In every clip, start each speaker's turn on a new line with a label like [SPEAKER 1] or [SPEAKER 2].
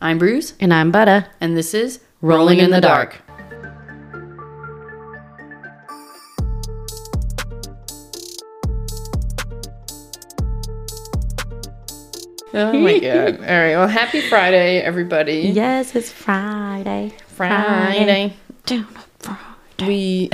[SPEAKER 1] I'm Bruce,
[SPEAKER 2] And I'm Butta.
[SPEAKER 1] and this is
[SPEAKER 2] Rolling in the Dark.
[SPEAKER 1] Oh my god. All right. Well, happy Friday, everybody.
[SPEAKER 2] Yes, it's Friday.
[SPEAKER 1] Friday.
[SPEAKER 2] Down on Friday.
[SPEAKER 1] We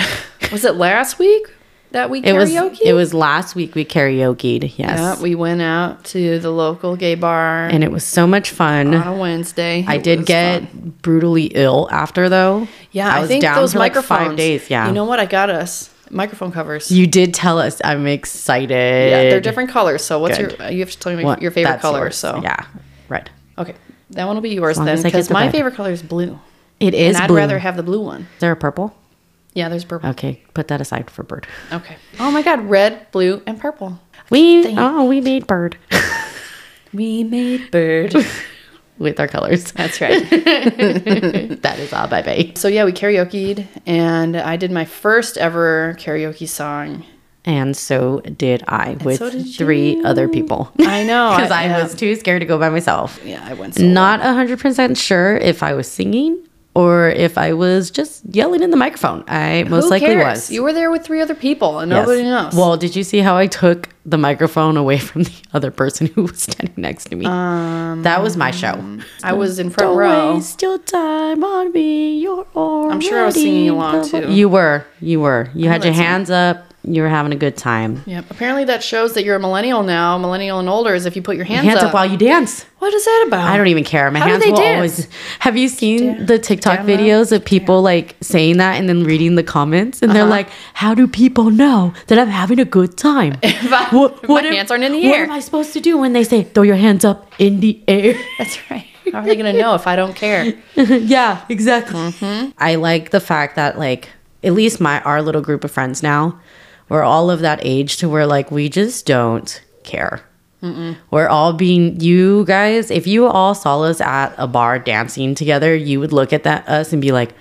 [SPEAKER 1] was it last week that we
[SPEAKER 2] It was
[SPEAKER 1] karaoke?
[SPEAKER 2] it was last week we karaoke'd, yes.
[SPEAKER 1] Yeah, we went out to the local gay bar
[SPEAKER 2] and it was so much fun.
[SPEAKER 1] on a Wednesday.
[SPEAKER 2] I
[SPEAKER 1] Oh, It
[SPEAKER 2] did
[SPEAKER 1] was
[SPEAKER 2] get
[SPEAKER 1] fun.
[SPEAKER 2] brutally ill after though.
[SPEAKER 1] Yeah, I,
[SPEAKER 2] was
[SPEAKER 1] think
[SPEAKER 2] down
[SPEAKER 1] those
[SPEAKER 2] for like
[SPEAKER 1] microphones.
[SPEAKER 2] five days. Yeah.
[SPEAKER 1] You know what? I got us microphone covers.
[SPEAKER 2] You did tell us I'm excited.
[SPEAKER 1] yeah, they're different colors. So what's
[SPEAKER 2] Good.
[SPEAKER 1] your? You have to tell me
[SPEAKER 2] What-
[SPEAKER 1] your favorite
[SPEAKER 2] that's
[SPEAKER 1] color.
[SPEAKER 2] yours.
[SPEAKER 1] So
[SPEAKER 2] Yeah. Red.
[SPEAKER 1] Okay, that one will be yours
[SPEAKER 2] long
[SPEAKER 1] then,
[SPEAKER 2] as I get
[SPEAKER 1] because
[SPEAKER 2] the
[SPEAKER 1] my
[SPEAKER 2] red.
[SPEAKER 1] favorite color is blue,
[SPEAKER 2] It
[SPEAKER 1] and
[SPEAKER 2] is
[SPEAKER 1] I'd
[SPEAKER 2] blue.
[SPEAKER 1] rather have the blue one.
[SPEAKER 2] Is there a purple?
[SPEAKER 1] Yeah, there's purple.
[SPEAKER 2] Okay, put that aside for bird.
[SPEAKER 1] Okay. Oh my God, red, blue, and purple.
[SPEAKER 2] We oh we made bird
[SPEAKER 1] We made bird.
[SPEAKER 2] with our colors.
[SPEAKER 1] That's right.
[SPEAKER 2] that is all bye bye.
[SPEAKER 1] so yeah, we karaokeed, and I did my first ever karaoke song.
[SPEAKER 2] And so did I with
[SPEAKER 1] so did
[SPEAKER 2] three other people.
[SPEAKER 1] I know,
[SPEAKER 2] Because I,
[SPEAKER 1] yeah.
[SPEAKER 2] was too scared to go by myself.
[SPEAKER 1] Yeah, I went. solo.
[SPEAKER 2] Not Not 100% sure if I was singing or if I was just yelling in the microphone. I most
[SPEAKER 1] Who
[SPEAKER 2] likely
[SPEAKER 1] cares?
[SPEAKER 2] was.
[SPEAKER 1] You were there with three other people, and
[SPEAKER 2] Yes.
[SPEAKER 1] nobody knows.
[SPEAKER 2] Well, did you see how I took the microphone away from the other person who was standing next to me?
[SPEAKER 1] Um,
[SPEAKER 2] that was my show.
[SPEAKER 1] I was in front
[SPEAKER 2] Don't
[SPEAKER 1] row.
[SPEAKER 2] waste your time on me. You're already
[SPEAKER 1] sure I was singing along,
[SPEAKER 2] the-
[SPEAKER 1] too.
[SPEAKER 2] You were. You were. You had your
[SPEAKER 1] that's it.
[SPEAKER 2] hands up. You were having a good time.
[SPEAKER 1] Yep. Apparently, that shows that you're a millennial now. Millennial and older is if you put your hands,
[SPEAKER 2] Hands
[SPEAKER 1] up.
[SPEAKER 2] up while you dance.
[SPEAKER 1] what is that about?
[SPEAKER 2] I don't even care. My
[SPEAKER 1] How do
[SPEAKER 2] hands
[SPEAKER 1] they
[SPEAKER 2] will
[SPEAKER 1] dance?
[SPEAKER 2] always. Have you seen
[SPEAKER 1] Down-
[SPEAKER 2] the TikTok
[SPEAKER 1] down low,
[SPEAKER 2] videos of people like saying that and then reading the comments? And they're
[SPEAKER 1] Uh-huh.
[SPEAKER 2] like, "How do people know that I'm having a good time?
[SPEAKER 1] If I- if my hands aren't in the
[SPEAKER 2] what
[SPEAKER 1] air."
[SPEAKER 2] am I supposed to do when they say throw your hands up in the air?
[SPEAKER 1] That's right. How are they going to know if I don't care?
[SPEAKER 2] yeah, exactly. Mm-hmm. I like the fact that like at least my our little group of friends now, we're all of that age to where like we just don't care. We're all being you guys. If you all saw us at a bar dancing together, you would look at that us and be like,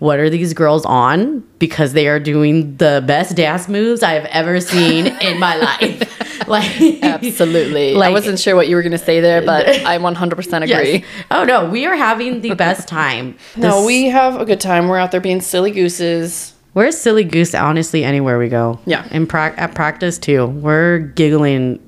[SPEAKER 2] "What are these girls on?" Because they are doing the best dance moves I have ever seen in my life. Like
[SPEAKER 1] Absolutely. I
[SPEAKER 2] Like-
[SPEAKER 1] wasn't sure what you were going to say there, but I 100% agree.
[SPEAKER 2] Yes. Oh no, we are having the best time.
[SPEAKER 1] No,
[SPEAKER 2] This-
[SPEAKER 1] we have a good time. We're out there being silly gooses.
[SPEAKER 2] We're a silly goose, honestly, anywhere we go.
[SPEAKER 1] Yeah.
[SPEAKER 2] And prac at practice, too. We're giggling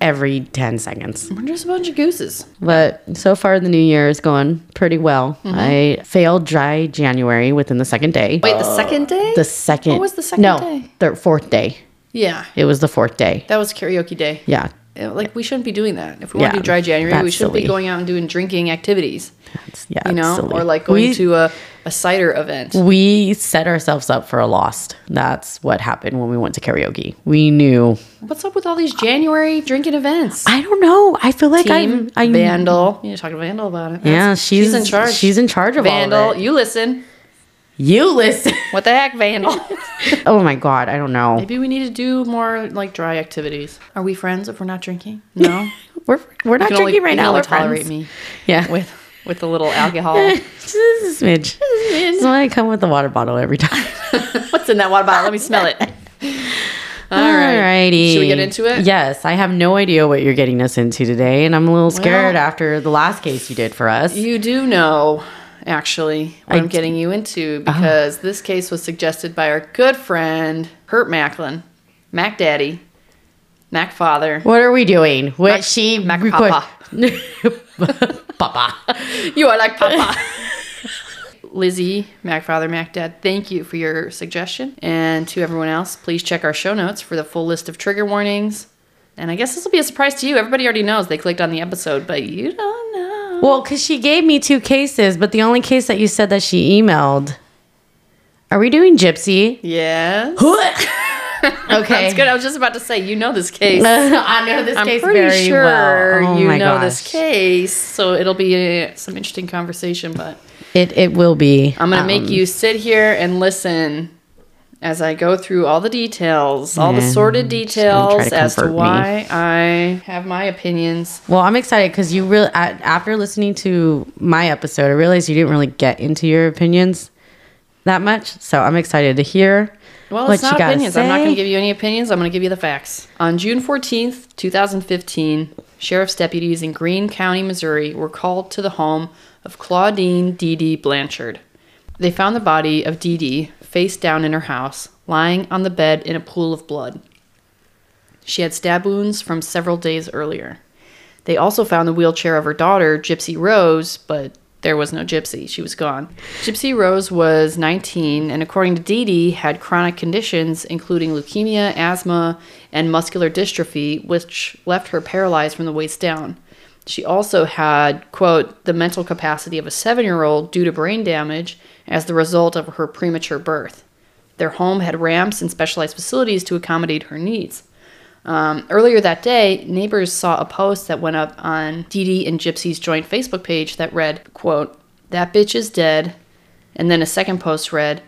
[SPEAKER 2] every 10 seconds.
[SPEAKER 1] We're just a bunch of gooses.
[SPEAKER 2] But so far, the new year is going pretty well. I failed dry January within the second day.
[SPEAKER 1] Mm-hmm. Wait, the second day?
[SPEAKER 2] Uh, the second.
[SPEAKER 1] What was the second
[SPEAKER 2] no,
[SPEAKER 1] day?
[SPEAKER 2] The fourth day.
[SPEAKER 1] yeah,
[SPEAKER 2] It was the fourth day.
[SPEAKER 1] that was karaoke day.
[SPEAKER 2] Yeah.
[SPEAKER 1] Yeah, Like, we shouldn't be doing that. If we want
[SPEAKER 2] Yeah,
[SPEAKER 1] to do dry January, we
[SPEAKER 2] that's
[SPEAKER 1] shouldn't
[SPEAKER 2] silly.
[SPEAKER 1] be going out and doing drinking activities,
[SPEAKER 2] That's, yeah.
[SPEAKER 1] you
[SPEAKER 2] it's
[SPEAKER 1] know,
[SPEAKER 2] silly.
[SPEAKER 1] or like going
[SPEAKER 2] We- Mm.
[SPEAKER 1] to a, a cider event.
[SPEAKER 2] We set ourselves up for a lost. That's what happened when we went to karaoke. We knew.
[SPEAKER 1] What's up with all these January drinking events?
[SPEAKER 2] I don't know. I feel like
[SPEAKER 1] Team
[SPEAKER 2] I'm. I'm
[SPEAKER 1] Vandal. You need to talk to Vandal about it.
[SPEAKER 2] Yeah,
[SPEAKER 1] That's-
[SPEAKER 2] she's, in charge. She's in charge of
[SPEAKER 1] Vandal,
[SPEAKER 2] all of it.
[SPEAKER 1] you listen.
[SPEAKER 2] You listen.
[SPEAKER 1] What the heck, Vandal?
[SPEAKER 2] oh my god, I don't know.
[SPEAKER 1] Maybe we need to do more like dry activities. Are we friends if we're not drinking? No.
[SPEAKER 2] We're we're not
[SPEAKER 1] You can only-
[SPEAKER 2] drinking right
[SPEAKER 1] you can
[SPEAKER 2] now.
[SPEAKER 1] only
[SPEAKER 2] We're
[SPEAKER 1] tolerate
[SPEAKER 2] friends.
[SPEAKER 1] me
[SPEAKER 2] Yeah.
[SPEAKER 1] with with a little alcohol.
[SPEAKER 2] Just a smidge. That's why I come with the water bottle every time.
[SPEAKER 1] What's in that water bottle? Let me smell it. All right.
[SPEAKER 2] Alrighty.
[SPEAKER 1] Should we get into it?
[SPEAKER 2] Yes, I have no idea what you're getting us into today, and I'm a little scared
[SPEAKER 1] Well-
[SPEAKER 2] after the last case you did for us.
[SPEAKER 1] You do know, actually, what I
[SPEAKER 2] I
[SPEAKER 1] am
[SPEAKER 2] d- Oh.
[SPEAKER 1] getting you into because this case was suggested by our good friend Hurt Macklin, Mac Daddy, Mac Father.
[SPEAKER 2] what are we doing? What she
[SPEAKER 1] Mac
[SPEAKER 2] requ- Papa.
[SPEAKER 1] You are like Papa. Lizzie, Mac Father, Mac Dad, thank you for your suggestion. And to everyone else, please check our show notes for the full list of trigger warnings. And I guess this will be a surprise to you. Everybody already knows they clicked on the episode, but you don't know.
[SPEAKER 2] Well, because she gave me two cases, but the only case that you said that she emailed. Are we doing Gypsy?
[SPEAKER 1] Yes.
[SPEAKER 2] okay.
[SPEAKER 1] That's good. I was just about to say, you know this case.
[SPEAKER 2] I know this
[SPEAKER 1] I'm
[SPEAKER 2] case
[SPEAKER 1] pretty
[SPEAKER 2] very
[SPEAKER 1] sure
[SPEAKER 2] well. Oh
[SPEAKER 1] you
[SPEAKER 2] my
[SPEAKER 1] know
[SPEAKER 2] gosh.
[SPEAKER 1] this case, so it'll be uh some interesting conversation. But
[SPEAKER 2] It it will be.
[SPEAKER 1] I'm gonna
[SPEAKER 2] um,
[SPEAKER 1] make you sit here and listen as I go through all the details, all the
[SPEAKER 2] Yeah,
[SPEAKER 1] sordid
[SPEAKER 2] gonna try
[SPEAKER 1] details
[SPEAKER 2] to
[SPEAKER 1] as to
[SPEAKER 2] comfort me.
[SPEAKER 1] why I have my opinions.
[SPEAKER 2] Well, I'm excited because you really after listening to my episode, I realized you didn't really get into your opinions that much. So I'm excited to hear
[SPEAKER 1] Well,
[SPEAKER 2] what
[SPEAKER 1] it's
[SPEAKER 2] you
[SPEAKER 1] not
[SPEAKER 2] gotta
[SPEAKER 1] opinions. I'm not going
[SPEAKER 2] say?
[SPEAKER 1] to give you any opinions. I'm going to give you the facts. On June 14th, 2015, sheriff's deputies in Greene County, Missouri, were called to the home of Claudine Dee Dee Blanchard. They found the body of Dee Dee face down in her house, lying on the bed in a pool of blood. She had stab wounds from several days earlier. They also found the wheelchair of her daughter, Gypsy Rose, but there was no Gypsy. She was gone. Gypsy Rose was 19 and, according to Dee Dee, had chronic conditions including leukemia, asthma, and muscular dystrophy, which left her paralyzed from the waist down. She also had, quote, the mental capacity of a seven year old due to brain damage as the result of her premature birth. Their home had ramps and specialized facilities to accommodate her needs. Um, earlier that day, neighbors saw a post that went up on Dee Dee and Gypsy's joint Facebook page that read, quote, that bitch is dead. And then a second post read,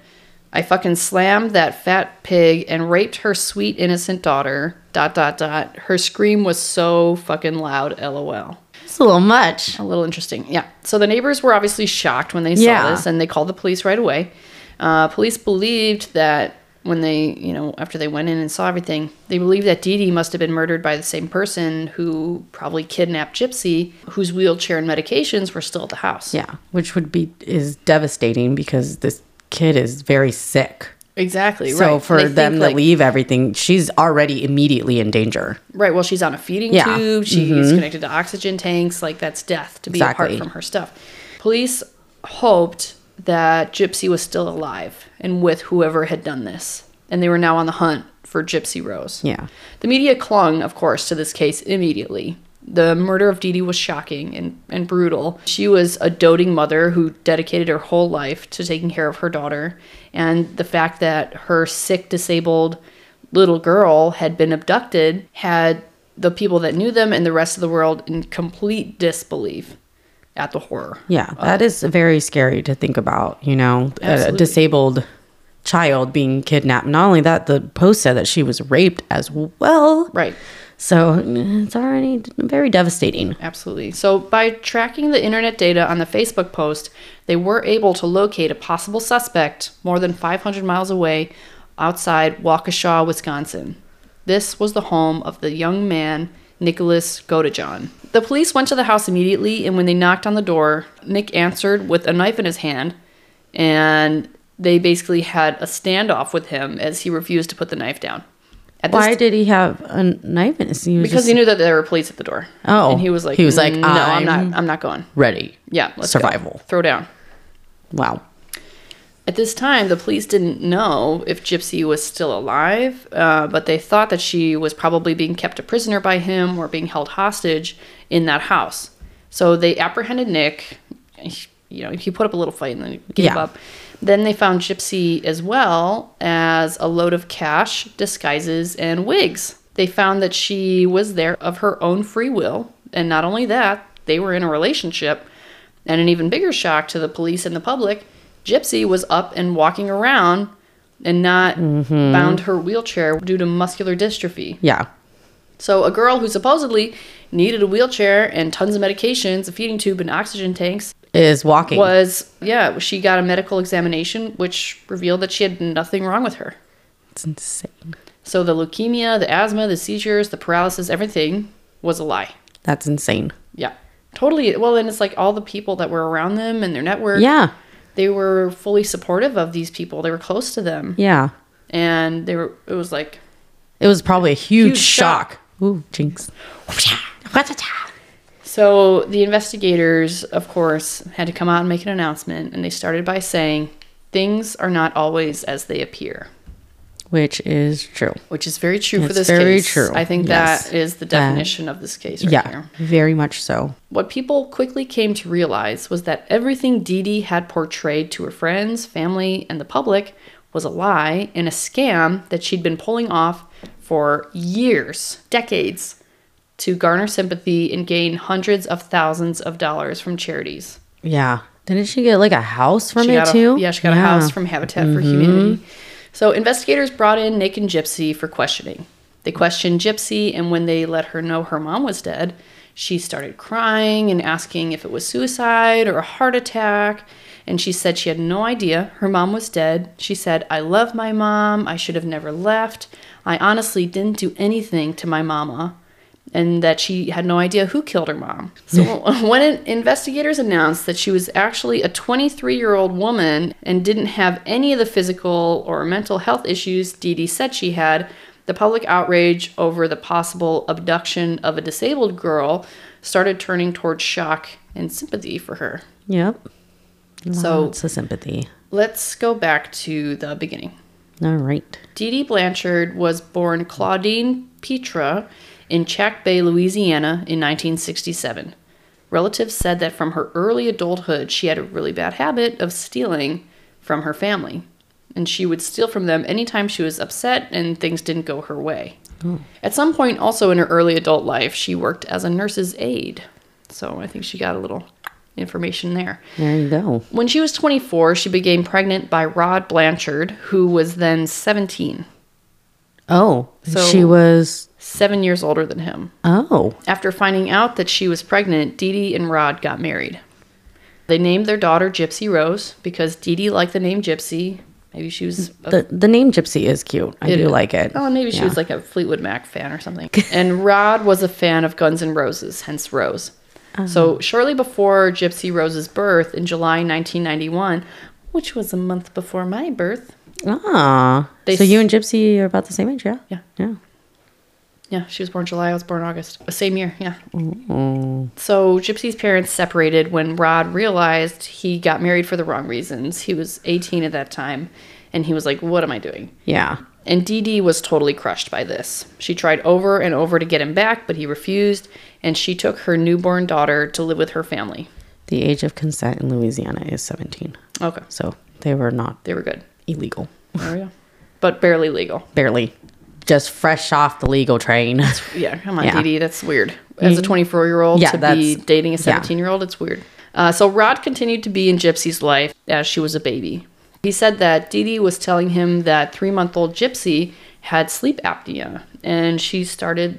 [SPEAKER 1] I fucking slammed that fat pig and raped her sweet innocent daughter, dot, dot, dot. Her scream was so fucking loud, lol.
[SPEAKER 2] It's a little much.
[SPEAKER 1] A little interesting. Yeah. So the neighbors were obviously shocked when they saw
[SPEAKER 2] Yeah.
[SPEAKER 1] this and they called the police right away. Uh, police believed that when they, you know, after they went in and saw everything, they believed that Dee Dee must have been murdered by the same person who probably kidnapped Gypsy, whose wheelchair and medications were still at the house.
[SPEAKER 2] Yeah, which would be is devastating because this kid is very sick.
[SPEAKER 1] Exactly.
[SPEAKER 2] So
[SPEAKER 1] right.
[SPEAKER 2] for
[SPEAKER 1] They
[SPEAKER 2] them
[SPEAKER 1] think,
[SPEAKER 2] to
[SPEAKER 1] like-
[SPEAKER 2] leave everything, she's already immediately in danger.
[SPEAKER 1] Right. Well, she's on a feeding
[SPEAKER 2] Yeah. Mm-hmm.
[SPEAKER 1] tube. She's connected to oxygen tanks. Like, that's death to be
[SPEAKER 2] Exactly.
[SPEAKER 1] apart from her stuff. Police hoped that Gypsy was still alive and with whoever had done this. And they were now on the hunt for Gypsy Rose.
[SPEAKER 2] Yeah.
[SPEAKER 1] The media clung, of course, to this case immediately. The murder of Dee Dee was shocking and, and brutal. She was a doting mother who dedicated her whole life to taking care of her daughter. And the fact that her sick, disabled little girl had been abducted had the people that knew them and the rest of the world in complete disbelief at the horror.
[SPEAKER 2] Yeah, that is very scary to think about, you know,
[SPEAKER 1] Uh,
[SPEAKER 2] a
[SPEAKER 1] Absolutely.
[SPEAKER 2] disabled child being kidnapped. Not only that, the post said that she was raped as well.
[SPEAKER 1] Right.
[SPEAKER 2] So it's already very devastating.
[SPEAKER 1] Absolutely. So, by tracking the internet data on the Facebook post, they were able to locate a possible suspect more than 500 miles away outside Waukesha, Wisconsin. This was the home of the young man, Nicholas Godejohn. The police went to the house immediately, and when they knocked on the door, Nick answered with a knife in his hand, and they basically had a standoff with him as he refused to put the knife down. At
[SPEAKER 2] Why did he have a knife in his? He was
[SPEAKER 1] because
[SPEAKER 2] just
[SPEAKER 1] he knew that there were police at the door.
[SPEAKER 2] Oh.
[SPEAKER 1] and he was like, "Mm,
[SPEAKER 2] He was like,
[SPEAKER 1] no, I'm,
[SPEAKER 2] "I'm-
[SPEAKER 1] not, I'm not going.
[SPEAKER 2] ready.
[SPEAKER 1] Yeah, go.
[SPEAKER 2] Survival.
[SPEAKER 1] Throw down.
[SPEAKER 2] Wow.
[SPEAKER 1] At this time, the police didn't know if Gypsy was still alive, uh, but they thought that she was probably being kept a prisoner by him or being held hostage in that house. So they apprehended Nick. He- You know, he put up a little fight and then he gave
[SPEAKER 2] Yeah.
[SPEAKER 1] up. Then they found Gypsy as well as a load of cash, disguises, and wigs. They found that she was there of her own free will. And not only that, they were in a relationship. And an even bigger shock to the police and the public, Gypsy was up and walking around and not bound her wheelchair due to muscular dystrophy.
[SPEAKER 2] Yeah.
[SPEAKER 1] So, a girl who supposedly needed a wheelchair and tons of medications, a feeding tube, and oxygen tanks
[SPEAKER 2] Is walking.
[SPEAKER 1] was, yeah, she got a medical examination which revealed that she had nothing wrong with her.
[SPEAKER 2] It's insane.
[SPEAKER 1] So, the leukemia, the asthma, the seizures, the paralysis, everything was a lie.
[SPEAKER 2] That's insane.
[SPEAKER 1] Yeah. Totally. Well, and it's like all the people that were around them and their network.
[SPEAKER 2] Yeah.
[SPEAKER 1] They were fully supportive of these people. They were close to them.
[SPEAKER 2] Yeah.
[SPEAKER 1] And they were, it was like,
[SPEAKER 2] It was probably a huge,
[SPEAKER 1] Huge
[SPEAKER 2] shock.
[SPEAKER 1] shock.
[SPEAKER 2] Ooh, jinx.
[SPEAKER 1] So the investigators, of course, had to come out and make an announcement, and they started by saying, Things are not always as they appear,
[SPEAKER 2] Which is true.
[SPEAKER 1] which is very true for
[SPEAKER 2] It's
[SPEAKER 1] this
[SPEAKER 2] very
[SPEAKER 1] case.
[SPEAKER 2] true,
[SPEAKER 1] I think
[SPEAKER 2] yes.
[SPEAKER 1] that is the
[SPEAKER 2] That-
[SPEAKER 1] definition of this case right
[SPEAKER 2] yeah.
[SPEAKER 1] here.
[SPEAKER 2] Very much so.
[SPEAKER 1] What people quickly came to realize was that everything Dee Dee had portrayed to her friends, family, and the public was a lie and a scam that she'd been pulling off for years, decades, to garner sympathy and gain hundreds of thousands of dollars from charities.
[SPEAKER 2] Yeah. Didn't she get like a house from
[SPEAKER 1] She
[SPEAKER 2] it
[SPEAKER 1] got a-
[SPEAKER 2] too?
[SPEAKER 1] yeah, she got a house from Habitat for Humanity. So investigators brought in Nick and Gypsy for questioning. They questioned Gypsy, and when they let her know her mom was dead, She started crying and asking if it was suicide or a heart attack. And she said she had no idea. Her mom was dead. She said, I love my mom. I should have never left. I honestly didn't do anything to my mama. And that she had no idea who killed her mom. So, when in- investigators announced that she was actually a 23 year old woman and didn't have any of the physical or mental health issues Dee Dee said she had, the public outrage over the possible abduction of a disabled girl started turning towards shock and sympathy for her.
[SPEAKER 2] Yep.
[SPEAKER 1] So-
[SPEAKER 2] it's a sympathy.
[SPEAKER 1] Let's go back to the beginning.
[SPEAKER 2] All right.
[SPEAKER 1] Dee Dee Blanchard was born Claudine Petra in Chack Bay, Louisiana in 1967. Relatives said that from her early adulthood, she had a really bad habit of stealing from her family. And she would steal from them anytime she was upset and things didn't go her way. At some point, also in her early adult life, she worked as a nurse's aide. So I think she got a little information there.
[SPEAKER 2] There you go.
[SPEAKER 1] When she was 24, she became pregnant by Rod Blanchard, who was then 17,
[SPEAKER 2] Oh,
[SPEAKER 1] So-
[SPEAKER 2] she was.
[SPEAKER 1] seven years older than him.
[SPEAKER 2] Oh,
[SPEAKER 1] After finding out that she was pregnant, Dee Dee and Rod got married. They named their daughter Gypsy Rose because Dee Dee liked the name Gypsy. Maybe she was a
[SPEAKER 2] the the name Gypsy is cute. I
[SPEAKER 1] Uh, It
[SPEAKER 2] do
[SPEAKER 1] is.
[SPEAKER 2] like it.
[SPEAKER 1] Oh, maybe she
[SPEAKER 2] Yeah.
[SPEAKER 1] was like a Fleetwood Mac fan or something. and Rod was a fan of Guns N' Roses, hence Rose. So
[SPEAKER 2] Uh-huh.
[SPEAKER 1] shortly before Gypsy Rose's birth in July 1991, which was a month before my birth.
[SPEAKER 2] Ah,
[SPEAKER 1] They
[SPEAKER 2] so you
[SPEAKER 1] s-
[SPEAKER 2] and Gypsy are about the same age, yeah?
[SPEAKER 1] Yeah.
[SPEAKER 2] Yeah.
[SPEAKER 1] Yeah, she was born July. I was born August. Same year, yeah. So Gypsy's parents separated when Rod realized he got married for the wrong reasons. He was 18 at that time, and he was like, "What am I doing?"
[SPEAKER 2] Yeah.
[SPEAKER 1] And Dee Dee was totally crushed by this. She tried over and over to get him back, but he refused, and she took her newborn daughter to live with her family.
[SPEAKER 2] The age of consent in Louisiana is 17.
[SPEAKER 1] Okay,
[SPEAKER 2] So they were not
[SPEAKER 1] they were good.
[SPEAKER 2] illegal.
[SPEAKER 1] There we go. But barely legal.
[SPEAKER 2] Barely. Just fresh off the legal train.
[SPEAKER 1] Yeah, come on,
[SPEAKER 2] Yeah.
[SPEAKER 1] Dee Dee. That's weird. As a
[SPEAKER 2] Mhm.
[SPEAKER 1] 24 year old
[SPEAKER 2] Yeah,
[SPEAKER 1] to be
[SPEAKER 2] that's-
[SPEAKER 1] dating a
[SPEAKER 2] yeah.
[SPEAKER 1] 17 year old, it's weird. Uh, so Rod continued to be in Gypsy's life as she was a baby. He said that Dee Dee was telling him that three month old Gypsy had sleep apnea, and she started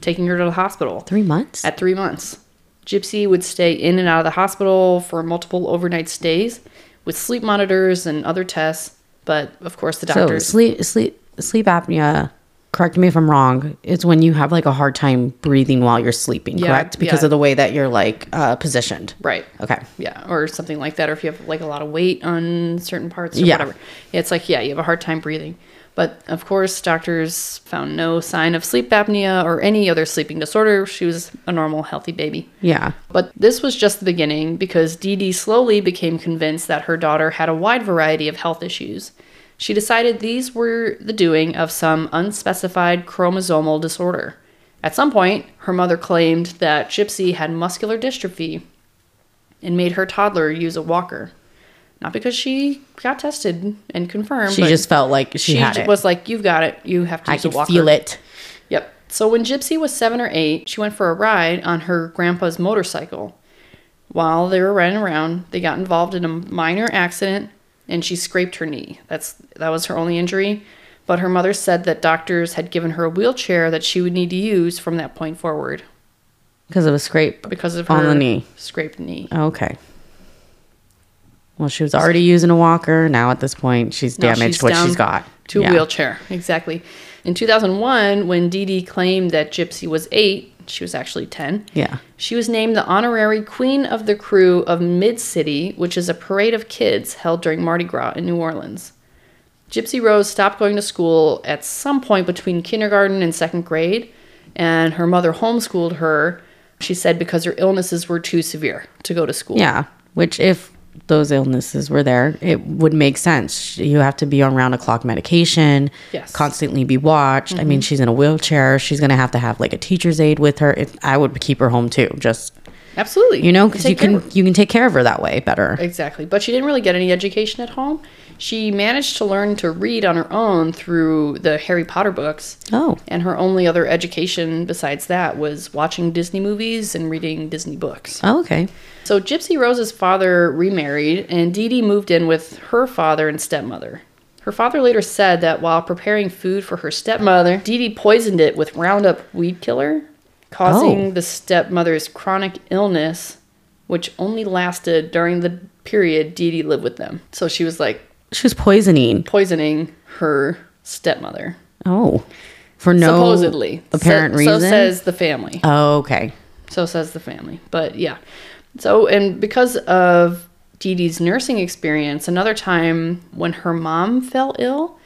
[SPEAKER 1] taking her to the hospital.
[SPEAKER 2] Three months?
[SPEAKER 1] At three months, Gypsy would stay in and out of the hospital for multiple overnight stays with sleep monitors and other tests. But of course, the
[SPEAKER 2] so
[SPEAKER 1] doctors.
[SPEAKER 2] sleep, sleep, sleep apnea, correct me if I'm wrong, it's when you have like a hard time breathing while you're sleeping,
[SPEAKER 1] Yeah,
[SPEAKER 2] correct? Because
[SPEAKER 1] yeah.
[SPEAKER 2] of the way that you're like uh, positioned.
[SPEAKER 1] right.
[SPEAKER 2] Okay.
[SPEAKER 1] Yeah, or something like that. Or if you have like a lot of weight on certain parts or
[SPEAKER 2] Yeah.
[SPEAKER 1] whatever. It's like, yeah, you have a hard time breathing. But of course, doctors found no sign of sleep apnea or any other sleeping disorder. She was a normal, healthy baby.
[SPEAKER 2] Yeah.
[SPEAKER 1] But this was just the beginning because Dee Dee slowly became convinced that her daughter had a wide variety of health issues. She decided these were the doing of some unspecified chromosomal disorder. At some point, her mother claimed that Gypsy had muscular dystrophy and made her toddler use a walker. Not because she got tested and confirmed.
[SPEAKER 2] She
[SPEAKER 1] but
[SPEAKER 2] just felt like she,
[SPEAKER 1] she
[SPEAKER 2] had
[SPEAKER 1] j-
[SPEAKER 2] it.
[SPEAKER 1] was like, "You've got it. You have to
[SPEAKER 2] I
[SPEAKER 1] use a
[SPEAKER 2] could
[SPEAKER 1] walker."
[SPEAKER 2] feel it.
[SPEAKER 1] Yep. So when Gypsy was seven or eight, she went for a ride on her grandpa's motorcycle. While they were riding around, they got involved in a minor accident and she scraped her knee. That's that was her only injury. But her mother said that doctors had given her a wheelchair that she would need to use from that point forward
[SPEAKER 2] Because of a scrape.
[SPEAKER 1] because of her
[SPEAKER 2] On the knee.
[SPEAKER 1] scraped knee.
[SPEAKER 2] Okay. Well, she was already using a walker. Now at this point, she's
[SPEAKER 1] Now
[SPEAKER 2] damaged
[SPEAKER 1] she's
[SPEAKER 2] what
[SPEAKER 1] down
[SPEAKER 2] she's got.
[SPEAKER 1] To
[SPEAKER 2] Yeah.
[SPEAKER 1] a wheelchair. Exactly. In 2001, when Dee Dee claimed that Gypsy was eight, she was actually 10.
[SPEAKER 2] Yeah.
[SPEAKER 1] She was named the honorary queen of the crew of Mid City, which is a parade of kids held during Mardi Gras in New Orleans. Gypsy Rose stopped going to school at some point between kindergarten and second grade, and her mother homeschooled her, she said, because her illnesses were too severe to go to school.
[SPEAKER 2] Yeah. Which, if those illnesses were there, it would make sense. You have to be on round the clock medication,
[SPEAKER 1] Yes. Mm-hmm.
[SPEAKER 2] constantly be watched. I mean, she's in a wheelchair. She's going to have to have like a teacher's aide with her. It, I would keep her home too, just,
[SPEAKER 1] Absolutely.
[SPEAKER 2] you know, because you
[SPEAKER 1] Take care of
[SPEAKER 2] can,
[SPEAKER 1] her.
[SPEAKER 2] you can take care of her that way better.
[SPEAKER 1] Exactly. But she didn't really get any education at home. She managed to learn to read on her own through the Harry Potter books.
[SPEAKER 2] Oh,
[SPEAKER 1] And her only other education besides that was watching Disney movies and reading Disney books.
[SPEAKER 2] oh okay.
[SPEAKER 1] So Gypsy Rose's father remarried, and Dee Dee moved in with her father and stepmother. Her father later said that while preparing food for her stepmother, Dee Dee poisoned it with Roundup weed killer causing
[SPEAKER 2] Oh.
[SPEAKER 1] the stepmother's chronic illness, which only lasted during the period Dee Dee lived with them. So she was like
[SPEAKER 2] She was poisoning.
[SPEAKER 1] poisoning her stepmother,
[SPEAKER 2] Oh, for no
[SPEAKER 1] supposedly.
[SPEAKER 2] apparent
[SPEAKER 1] so,
[SPEAKER 2] reason.
[SPEAKER 1] So says the family.
[SPEAKER 2] oh, okay.
[SPEAKER 1] So says the family. But yeah. So, and because of Dee Dee's nursing experience, another time when her mom fell ill,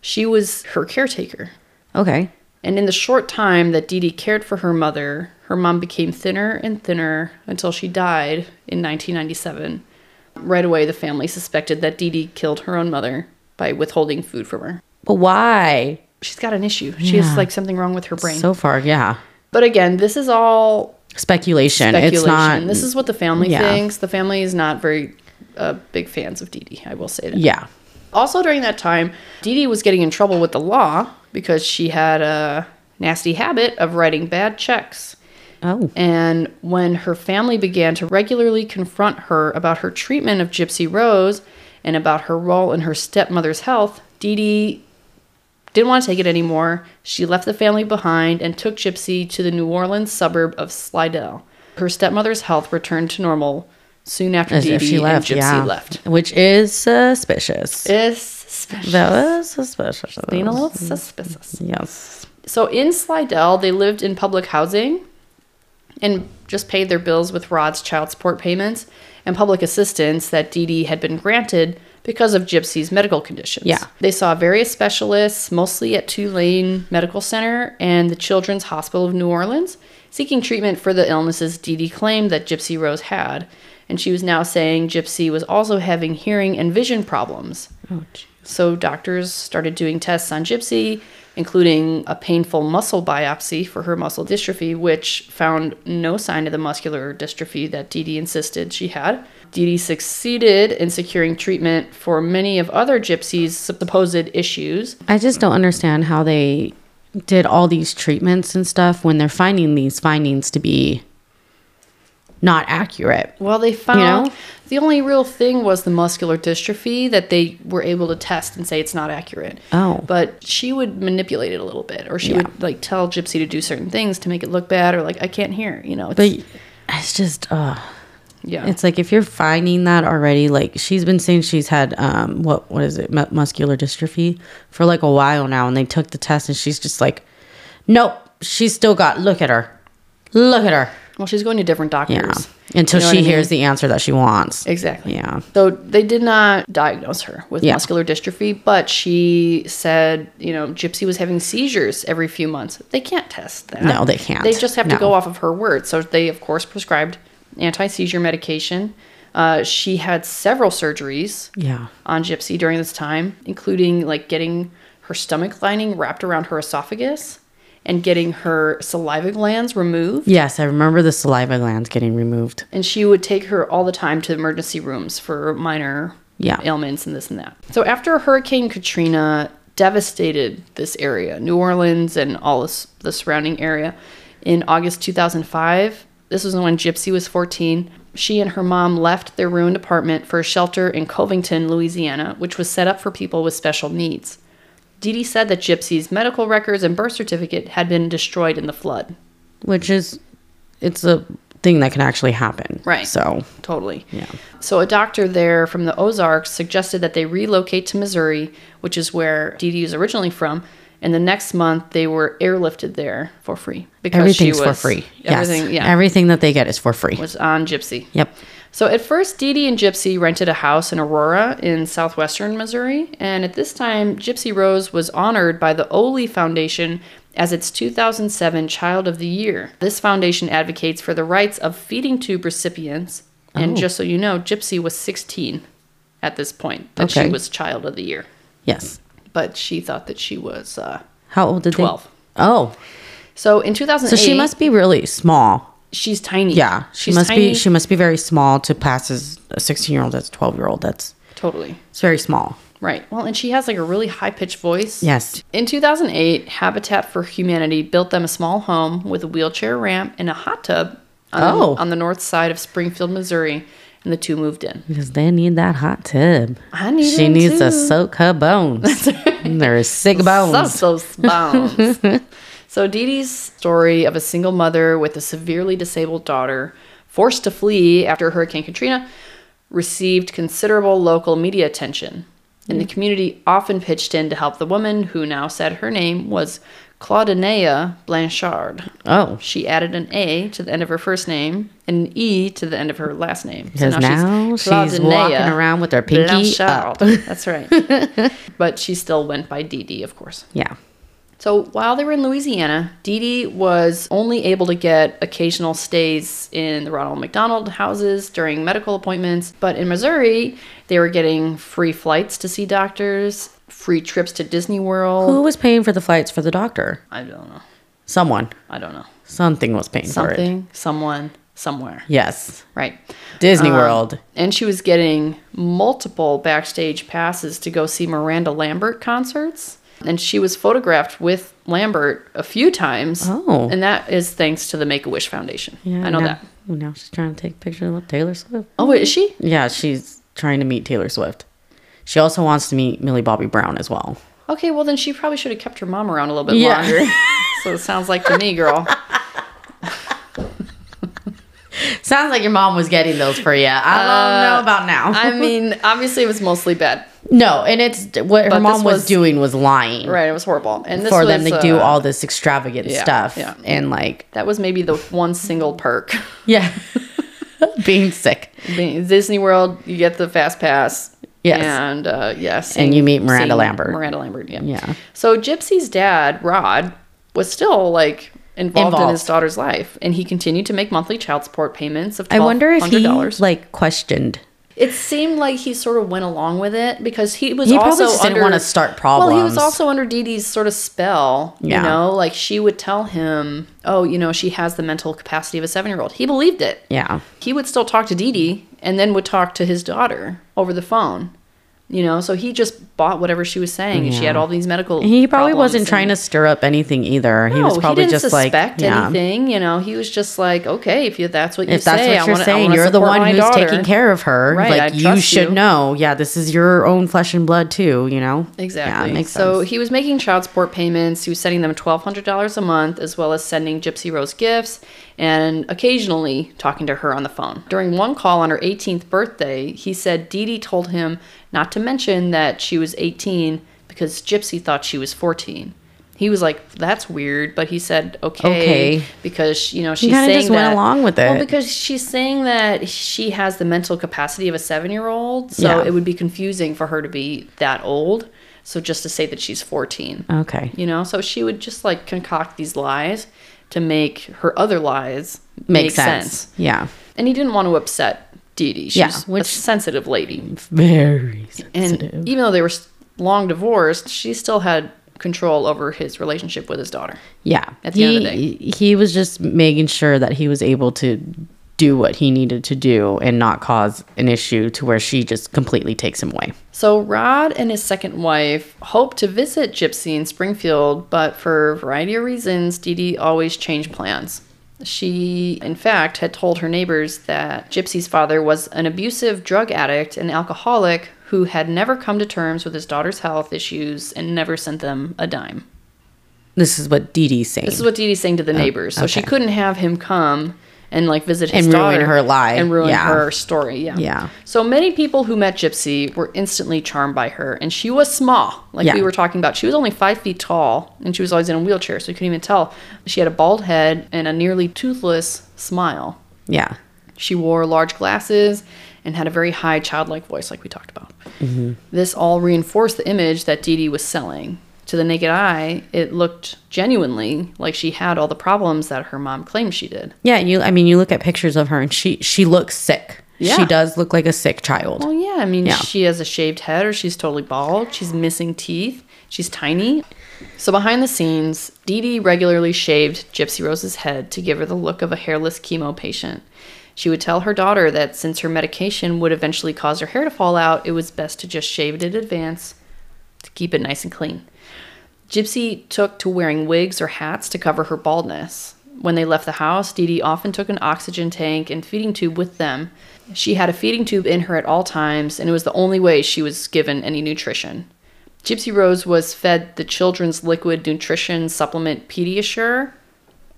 [SPEAKER 1] she was her caretaker.
[SPEAKER 2] Okay.
[SPEAKER 1] And in the short time that Dee Dee cared for her mother, her mom became thinner and thinner until she died in 1997. Right away, the family suspected that Dee Dee killed her own mother by withholding food from her.
[SPEAKER 2] But why?
[SPEAKER 1] She's got an issue. She
[SPEAKER 2] Yeah.
[SPEAKER 1] has like something wrong with her brain.
[SPEAKER 2] So far, yeah.
[SPEAKER 1] but again, this is all
[SPEAKER 2] Speculation.
[SPEAKER 1] speculation.
[SPEAKER 2] It's not.
[SPEAKER 1] this is what the family
[SPEAKER 2] Yeah.
[SPEAKER 1] thinks. The family is not very uh, big fans of Dee Dee. I will say that.
[SPEAKER 2] yeah.
[SPEAKER 1] Also, during that time, Dee Dee was getting in trouble with the law because she had a nasty habit of writing bad checks.
[SPEAKER 2] Oh.
[SPEAKER 1] And when her family began to regularly confront her about her treatment of Gypsy Rose and about her role in her stepmother's health, Dee Dee didn't want to take it anymore. She left the family behind and took Gypsy to the New Orleans suburb of Slidell. Her stepmother's health returned to normal soon after
[SPEAKER 2] As
[SPEAKER 1] Dee
[SPEAKER 2] if
[SPEAKER 1] Dee
[SPEAKER 2] she
[SPEAKER 1] and
[SPEAKER 2] left.
[SPEAKER 1] Gypsy
[SPEAKER 2] Yeah.
[SPEAKER 1] left.
[SPEAKER 2] Which is suspicious.
[SPEAKER 1] It's suspicious.
[SPEAKER 2] that was suspicious.
[SPEAKER 1] Being a little suspicious.
[SPEAKER 2] Yes.
[SPEAKER 1] So in Slidell, they lived in public housing and just paid their bills with Rod's child support payments and public assistance that Dee Dee had been granted because of Gypsy's medical conditions.
[SPEAKER 2] Yeah.
[SPEAKER 1] They saw various specialists, mostly at Tulane Medical Center and the Children's Hospital of New Orleans, seeking treatment for the illnesses Dee Dee claimed that Gypsy Rose had. And she was now saying Gypsy was also having hearing and vision problems.
[SPEAKER 2] Oh, gee.
[SPEAKER 1] So doctors started doing tests on Gypsy, including a painful muscle biopsy for her muscle dystrophy, which found no sign of the muscular dystrophy that Dee Dee insisted she had. Dee Dee succeeded in securing treatment for many of other Gypsy's supposed issues.
[SPEAKER 2] I just don't understand how they did all these treatments and stuff when they're finding these findings to be not accurate.
[SPEAKER 1] Well, they found
[SPEAKER 2] know?
[SPEAKER 1] the only real thing was the muscular dystrophy that they were able to test and say it's not accurate.
[SPEAKER 2] Oh.
[SPEAKER 1] But she would manipulate it a little bit, or she
[SPEAKER 2] Yeah.
[SPEAKER 1] would like tell Gypsy to do certain things to make it look bad, or like, I can't hear, you know.
[SPEAKER 2] But it's just, uh,
[SPEAKER 1] yeah.
[SPEAKER 2] it's like if you're finding that already, like she's been saying she's had, um, what, what is it, mu- muscular dystrophy for like a while now, and they took the test, and she's just like, nope, she's still got. Look at her, look at her.
[SPEAKER 1] well, she's going to different doctors.
[SPEAKER 2] Yeah, until
[SPEAKER 1] You know
[SPEAKER 2] she
[SPEAKER 1] what I mean?
[SPEAKER 2] hears the answer that she wants.
[SPEAKER 1] Exactly.
[SPEAKER 2] Yeah.
[SPEAKER 1] So they did not diagnose her with
[SPEAKER 2] Yeah.
[SPEAKER 1] muscular dystrophy, but she said, you know, Gypsy was having seizures every few months. They can't test that.
[SPEAKER 2] No, they can't.
[SPEAKER 1] They just have
[SPEAKER 2] No.
[SPEAKER 1] to go off of her word. So they, of course, prescribed anti seizure medication. Uh, she had several surgeries
[SPEAKER 2] Yeah.
[SPEAKER 1] on Gypsy during this time, including like getting her stomach lining wrapped around her esophagus and getting her saliva glands removed.
[SPEAKER 2] Yes, I remember the saliva glands getting removed.
[SPEAKER 1] and she would take her all the time to emergency rooms for minor
[SPEAKER 2] Yeah.
[SPEAKER 1] ailments and this and that. So after Hurricane Katrina devastated this area, New Orleans and all this, the surrounding area, in August 2005, this was when Gypsy was 14. She and her mom left their ruined apartment for a shelter in Covington, Louisiana, which was set up for people with special needs. Dee Dee said that Gypsy's medical records and birth certificate had been destroyed in the flood.
[SPEAKER 2] which is it's a thing that can actually happen
[SPEAKER 1] Right.
[SPEAKER 2] so
[SPEAKER 1] Totally.
[SPEAKER 2] Yeah.
[SPEAKER 1] So a doctor there from the Ozarks suggested that they relocate to Missouri, which is where Dee Dee is originally from. And the next month, they were airlifted there for free because
[SPEAKER 2] everything's
[SPEAKER 1] she
[SPEAKER 2] for
[SPEAKER 1] was
[SPEAKER 2] free
[SPEAKER 1] Everything,
[SPEAKER 2] yes
[SPEAKER 1] yeah,
[SPEAKER 2] everything that they get is for free
[SPEAKER 1] was on Gypsy.
[SPEAKER 2] yep
[SPEAKER 1] So at first, Dee Dee and Gypsy rented a house in Aurora in southwestern Missouri, and at this time, Gypsy Rose was honored by the Oley Foundation as its 2007 Child of the Year. This foundation advocates for the rights of feeding tube recipients, and
[SPEAKER 2] Oh.
[SPEAKER 1] just so you know, Gypsy was 16 at this point that
[SPEAKER 2] Okay.
[SPEAKER 1] she was Child of the Year,
[SPEAKER 2] yes
[SPEAKER 1] but she thought that she was uh,
[SPEAKER 2] how old did
[SPEAKER 1] 12.
[SPEAKER 2] they oh
[SPEAKER 1] So in 2008,
[SPEAKER 2] so she must be really small
[SPEAKER 1] she's tiny.
[SPEAKER 2] yeah she
[SPEAKER 1] she's
[SPEAKER 2] must
[SPEAKER 1] tiny,
[SPEAKER 2] be she must be very small to pass as a 16 year old as a 12 year old that's
[SPEAKER 1] totally
[SPEAKER 2] it's very small
[SPEAKER 1] right. Well, and she has like a really high pitched voice.
[SPEAKER 2] yes
[SPEAKER 1] In 2008, Habitat for Humanity built them a small home with a wheelchair ramp and a hot tub on,
[SPEAKER 2] Oh.
[SPEAKER 1] on the north side of Springfield, Missouri, and the two moved in.
[SPEAKER 2] because they need that hot tub
[SPEAKER 1] I need
[SPEAKER 2] she
[SPEAKER 1] one
[SPEAKER 2] needs to
[SPEAKER 1] too.
[SPEAKER 2] soak her bones there's sick bones
[SPEAKER 1] Suck those bones. So Dee Dee's story of a single mother with a severely disabled daughter forced to flee after Hurricane Katrina received considerable local media attention. And the
[SPEAKER 2] Mm.
[SPEAKER 1] community often pitched in to help the woman who now said her name was Claudinea Blanchard.
[SPEAKER 2] Oh,
[SPEAKER 1] She added an A to the end of her first name and an E to the end of her last name. So
[SPEAKER 2] because now, she's, walking
[SPEAKER 1] Claudinea
[SPEAKER 2] around with her pinky up.
[SPEAKER 1] Blanchard. That's right. but she still went by Dee Dee, of course.
[SPEAKER 2] Yeah.
[SPEAKER 1] So while they were in Louisiana, Dee Dee was only able to get occasional stays in the Ronald McDonald houses during medical appointments. But in Missouri, they were getting free flights to see doctors, free trips to Disney World.
[SPEAKER 2] Who was paying for the flights for the doctor?
[SPEAKER 1] I don't know.
[SPEAKER 2] Someone.
[SPEAKER 1] I don't know.
[SPEAKER 2] Something was paying for it.
[SPEAKER 1] Something, someone, somewhere.
[SPEAKER 2] Yes.
[SPEAKER 1] Right.
[SPEAKER 2] Disney
[SPEAKER 1] Um,
[SPEAKER 2] World.
[SPEAKER 1] And she was getting multiple backstage passes to go see Miranda Lambert concerts. And she was photographed with Lambert a few times.
[SPEAKER 2] Oh.
[SPEAKER 1] And that is thanks to the Make a Wish Foundation. I know
[SPEAKER 2] now,
[SPEAKER 1] that.
[SPEAKER 2] Now she's trying to take a picture of Taylor Swift.
[SPEAKER 1] Oh, wait, is she?
[SPEAKER 2] Yeah, she's trying to meet Taylor Swift. She also wants to meet Millie Bobby Brown as well.
[SPEAKER 1] Okay, well, then she probably should have kept her mom around a little bit
[SPEAKER 2] Yeah.
[SPEAKER 1] longer. so it sounds like to me, girl.
[SPEAKER 2] Sounds like your mom was getting those for you. I
[SPEAKER 1] Uh,
[SPEAKER 2] don't know about now.
[SPEAKER 1] I mean, obviously, it was mostly bad.
[SPEAKER 2] no, and it's what her
[SPEAKER 1] But
[SPEAKER 2] mom
[SPEAKER 1] this
[SPEAKER 2] was,
[SPEAKER 1] was-
[SPEAKER 2] doing was lying
[SPEAKER 1] Right, it was horrible. And this
[SPEAKER 2] for
[SPEAKER 1] was,
[SPEAKER 2] them to do
[SPEAKER 1] uh,
[SPEAKER 2] all this extravagant
[SPEAKER 1] yeah,
[SPEAKER 2] stuff
[SPEAKER 1] yeah.
[SPEAKER 2] and like
[SPEAKER 1] That was maybe the one single perk.
[SPEAKER 2] yeah, being sick.
[SPEAKER 1] Being- Disney World, you get the fast pass.
[SPEAKER 2] Yes.
[SPEAKER 1] And uh, yeah,
[SPEAKER 2] And you meet Miranda
[SPEAKER 1] seeing
[SPEAKER 2] Lambert.
[SPEAKER 1] Miranda Lambert, yeah.
[SPEAKER 2] Yeah.
[SPEAKER 1] So Gypsy's dad, Rod, was still like involved, in his
[SPEAKER 2] Involved.
[SPEAKER 1] daughter's life, and he continued to make monthly child support payments of
[SPEAKER 2] I wonder if he
[SPEAKER 1] dollars.
[SPEAKER 2] like questioned.
[SPEAKER 1] it seemed like he sort of went along with it because he was
[SPEAKER 2] He
[SPEAKER 1] also
[SPEAKER 2] probably just didn't
[SPEAKER 1] under-
[SPEAKER 2] wanna start
[SPEAKER 1] Well, he was
[SPEAKER 2] problems.
[SPEAKER 1] also under Dee Dee's sort of spell.
[SPEAKER 2] Yeah.
[SPEAKER 1] You know, like she would tell him, "Oh, you know, she has the mental capacity of a seven-year-old." He believed it
[SPEAKER 2] Yeah,
[SPEAKER 1] he would still talk to Dee Dee and then would talk to his daughter over the phone. You know, so he just bought whatever she was saying. and She had all these medical.
[SPEAKER 2] he probably wasn't
[SPEAKER 1] problems,
[SPEAKER 2] trying
[SPEAKER 1] and-
[SPEAKER 2] to stir up anything either. he
[SPEAKER 1] No,
[SPEAKER 2] was probably
[SPEAKER 1] didn't
[SPEAKER 2] just like
[SPEAKER 1] suspect
[SPEAKER 2] yeah.
[SPEAKER 1] anything. You know, he was just like, okay, if you that's what you
[SPEAKER 2] If that's
[SPEAKER 1] say,
[SPEAKER 2] what
[SPEAKER 1] I
[SPEAKER 2] you're
[SPEAKER 1] wanna, I
[SPEAKER 2] saying,
[SPEAKER 1] wanna
[SPEAKER 2] you're the
[SPEAKER 1] support
[SPEAKER 2] one
[SPEAKER 1] my
[SPEAKER 2] who's
[SPEAKER 1] daughter.
[SPEAKER 2] taking care of her.
[SPEAKER 1] Right, I
[SPEAKER 2] like you
[SPEAKER 1] trust
[SPEAKER 2] should
[SPEAKER 1] you.
[SPEAKER 2] know. Yeah, this is your own flesh and blood too. You know
[SPEAKER 1] Exactly.
[SPEAKER 2] Yeah, makes
[SPEAKER 1] so
[SPEAKER 2] sense.
[SPEAKER 1] he was making child support payments. He was sending them twelve hundred dollars a month, as well as sending Gypsy Rose gifts, and occasionally talking to her on the phone. During one call on her 18th birthday, he said Dee Dee told him not to mention that she was 18 because Gypsy thought she was 14. He was like, "That's weird," but he said, "Okay,",
[SPEAKER 2] Okay.
[SPEAKER 1] because you know she's
[SPEAKER 2] kinda
[SPEAKER 1] saying
[SPEAKER 2] just went
[SPEAKER 1] that-
[SPEAKER 2] along with
[SPEAKER 1] Well,
[SPEAKER 2] it.
[SPEAKER 1] because she's saying that she has the mental capacity of a seven-year-old, so
[SPEAKER 2] Yeah.
[SPEAKER 1] it would be confusing for her to be that old. So just to say that she's 14,
[SPEAKER 2] okay,
[SPEAKER 1] you know, so she would just like concoct these lies to make her other lies
[SPEAKER 2] makes
[SPEAKER 1] make
[SPEAKER 2] sense.
[SPEAKER 1] sense.
[SPEAKER 2] Yeah,
[SPEAKER 1] And he didn't want to upset Dee Dee. She's
[SPEAKER 2] Yeah,
[SPEAKER 1] a
[SPEAKER 2] which-
[SPEAKER 1] sensitive lady.
[SPEAKER 2] very
[SPEAKER 1] And
[SPEAKER 2] sensitive.
[SPEAKER 1] even though they were s- long divorced, she still had control over his relationship with his daughter.
[SPEAKER 2] yeah,
[SPEAKER 1] at the end of the
[SPEAKER 2] He- he was just making sure that he was able to do what he needed to do and not cause an issue to where she just completely takes him away.
[SPEAKER 1] So Rod and his second wife hoped to visit Gypsy in Springfield, but for a variety of reasons, Dee Dee always changed plans. She, in fact, had told her neighbors that Gypsy's father was an abusive drug addict and alcoholic who had never come to terms with his daughter's health issues and never sent them a dime.
[SPEAKER 2] This is what Dee Dee's saying.
[SPEAKER 1] This is what Dee Dee's saying to
[SPEAKER 2] Oh,
[SPEAKER 1] the neighbors. So she couldn't have him come and like visit his
[SPEAKER 2] And ruin
[SPEAKER 1] daughter
[SPEAKER 2] her life.
[SPEAKER 1] and ruin
[SPEAKER 2] Yeah.
[SPEAKER 1] her story. Yeah.
[SPEAKER 2] Yeah.
[SPEAKER 1] So many people who met Gypsy were instantly charmed by her, and she was small. Like
[SPEAKER 2] Yeah.
[SPEAKER 1] we were talking about, she was only five feet tall, and she was always in a wheelchair, so you couldn't even tell. She had a bald head and a nearly toothless smile.
[SPEAKER 2] yeah.
[SPEAKER 1] She wore large glasses and had a very high childlike voice, like we talked about. This all reinforced the image that Dee Dee was selling. To the naked eye, it looked genuinely like she had all the problems that her mom claimed she did.
[SPEAKER 2] Yeah, you I mean you look at pictures of her and she she looks sick. She
[SPEAKER 1] Yeah.
[SPEAKER 2] does look like a sick child.
[SPEAKER 1] Well, yeah, I mean,
[SPEAKER 2] Yeah.
[SPEAKER 1] she has a shaved head or she's totally bald. She's missing teeth. She's tiny. So behind the scenes, Dee Dee regularly shaved Gypsy Rose's head to give her the look of a hairless chemo patient. She would tell her daughter that since her medication would eventually cause her hair to fall out, it was best to just shave it in advance to keep it nice and clean. Gypsy took to wearing wigs or hats to cover her baldness. When they left the house, Dee Dee often took an oxygen tank and feeding tube with them. She had a feeding tube in her at all times, and it was the only way she was given any nutrition. Gypsy Rose was fed the children's liquid nutrition supplement Pediasure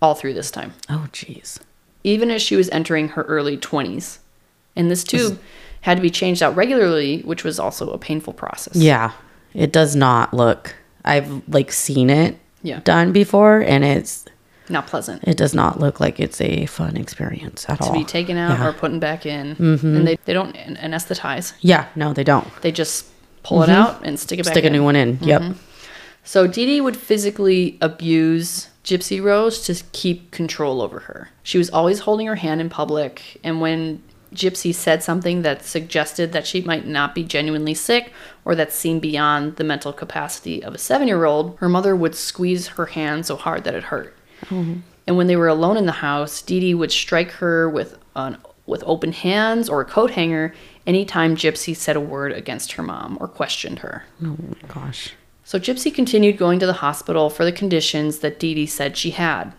[SPEAKER 1] all through this time,
[SPEAKER 2] Oh, jeez.
[SPEAKER 1] even as she was entering her early 20s. And this tube had to be changed out regularly, which was also a painful process.
[SPEAKER 2] Yeah, it does not look. I've like seen it
[SPEAKER 1] Yeah.
[SPEAKER 2] done before, and it's
[SPEAKER 1] Not pleasant.
[SPEAKER 2] it does not look like it's a fun experience at all.
[SPEAKER 1] to be taken out
[SPEAKER 2] Oh, Yeah. Mm-hmm.
[SPEAKER 1] or put back in. And they, they don't an- anesthetize.
[SPEAKER 2] yeah, no, they don't
[SPEAKER 1] They just pull it out and stick it back
[SPEAKER 2] Mm-hmm. stick a
[SPEAKER 1] in. Mm-hmm.
[SPEAKER 2] new one in. Yep.
[SPEAKER 1] So Dee Dee would physically abuse Gypsy Rose to keep control over her. She was always holding her hand in public, and when Gypsy said something that suggested that she might not be genuinely sick or that seemed beyond the mental capacity of a seven year old, her mother would squeeze her hand so hard that it hurt. And when they were alone in the house, Dee Dee would strike her with an with open hands or a coat hanger anytime Gypsy said a word against her mom or questioned her.
[SPEAKER 2] Oh my gosh.
[SPEAKER 1] So Gypsy continued going to the hospital for the conditions that Dee Dee said she had.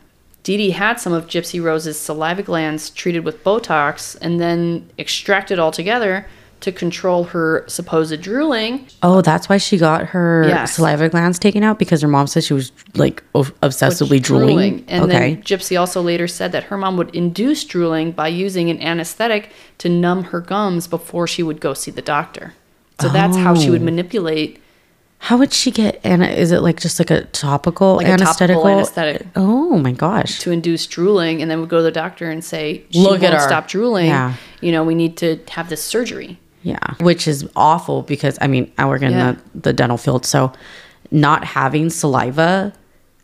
[SPEAKER 1] Dee Dee had some of Gypsy Rose's saliva glands treated with Botox and then extracted altogether to control her supposed drooling.
[SPEAKER 2] Oh, that's why she got her
[SPEAKER 1] Yes.
[SPEAKER 2] saliva glands taken out because her mom said she was like of- obsessively
[SPEAKER 1] which-
[SPEAKER 2] drooling.
[SPEAKER 1] And
[SPEAKER 2] okay.
[SPEAKER 1] then Gypsy also later said that her mom would induce drooling by using an anesthetic to numb her gums before she would go see the doctor. So that's how she
[SPEAKER 2] Oh.
[SPEAKER 1] would manipulate
[SPEAKER 2] How would she get? And is it like just like a topical
[SPEAKER 1] Like a topical
[SPEAKER 2] anesthetic?
[SPEAKER 1] anesthetic.
[SPEAKER 2] Oh my gosh.
[SPEAKER 1] to induce drooling and then would go to the doctor and say she
[SPEAKER 2] Look
[SPEAKER 1] won't
[SPEAKER 2] at her.
[SPEAKER 1] stop drooling
[SPEAKER 2] Yeah.
[SPEAKER 1] you know we need to have this surgery
[SPEAKER 2] Yeah, which is awful because I mean, I work in
[SPEAKER 1] Yeah.
[SPEAKER 2] the, the dental field, so not having saliva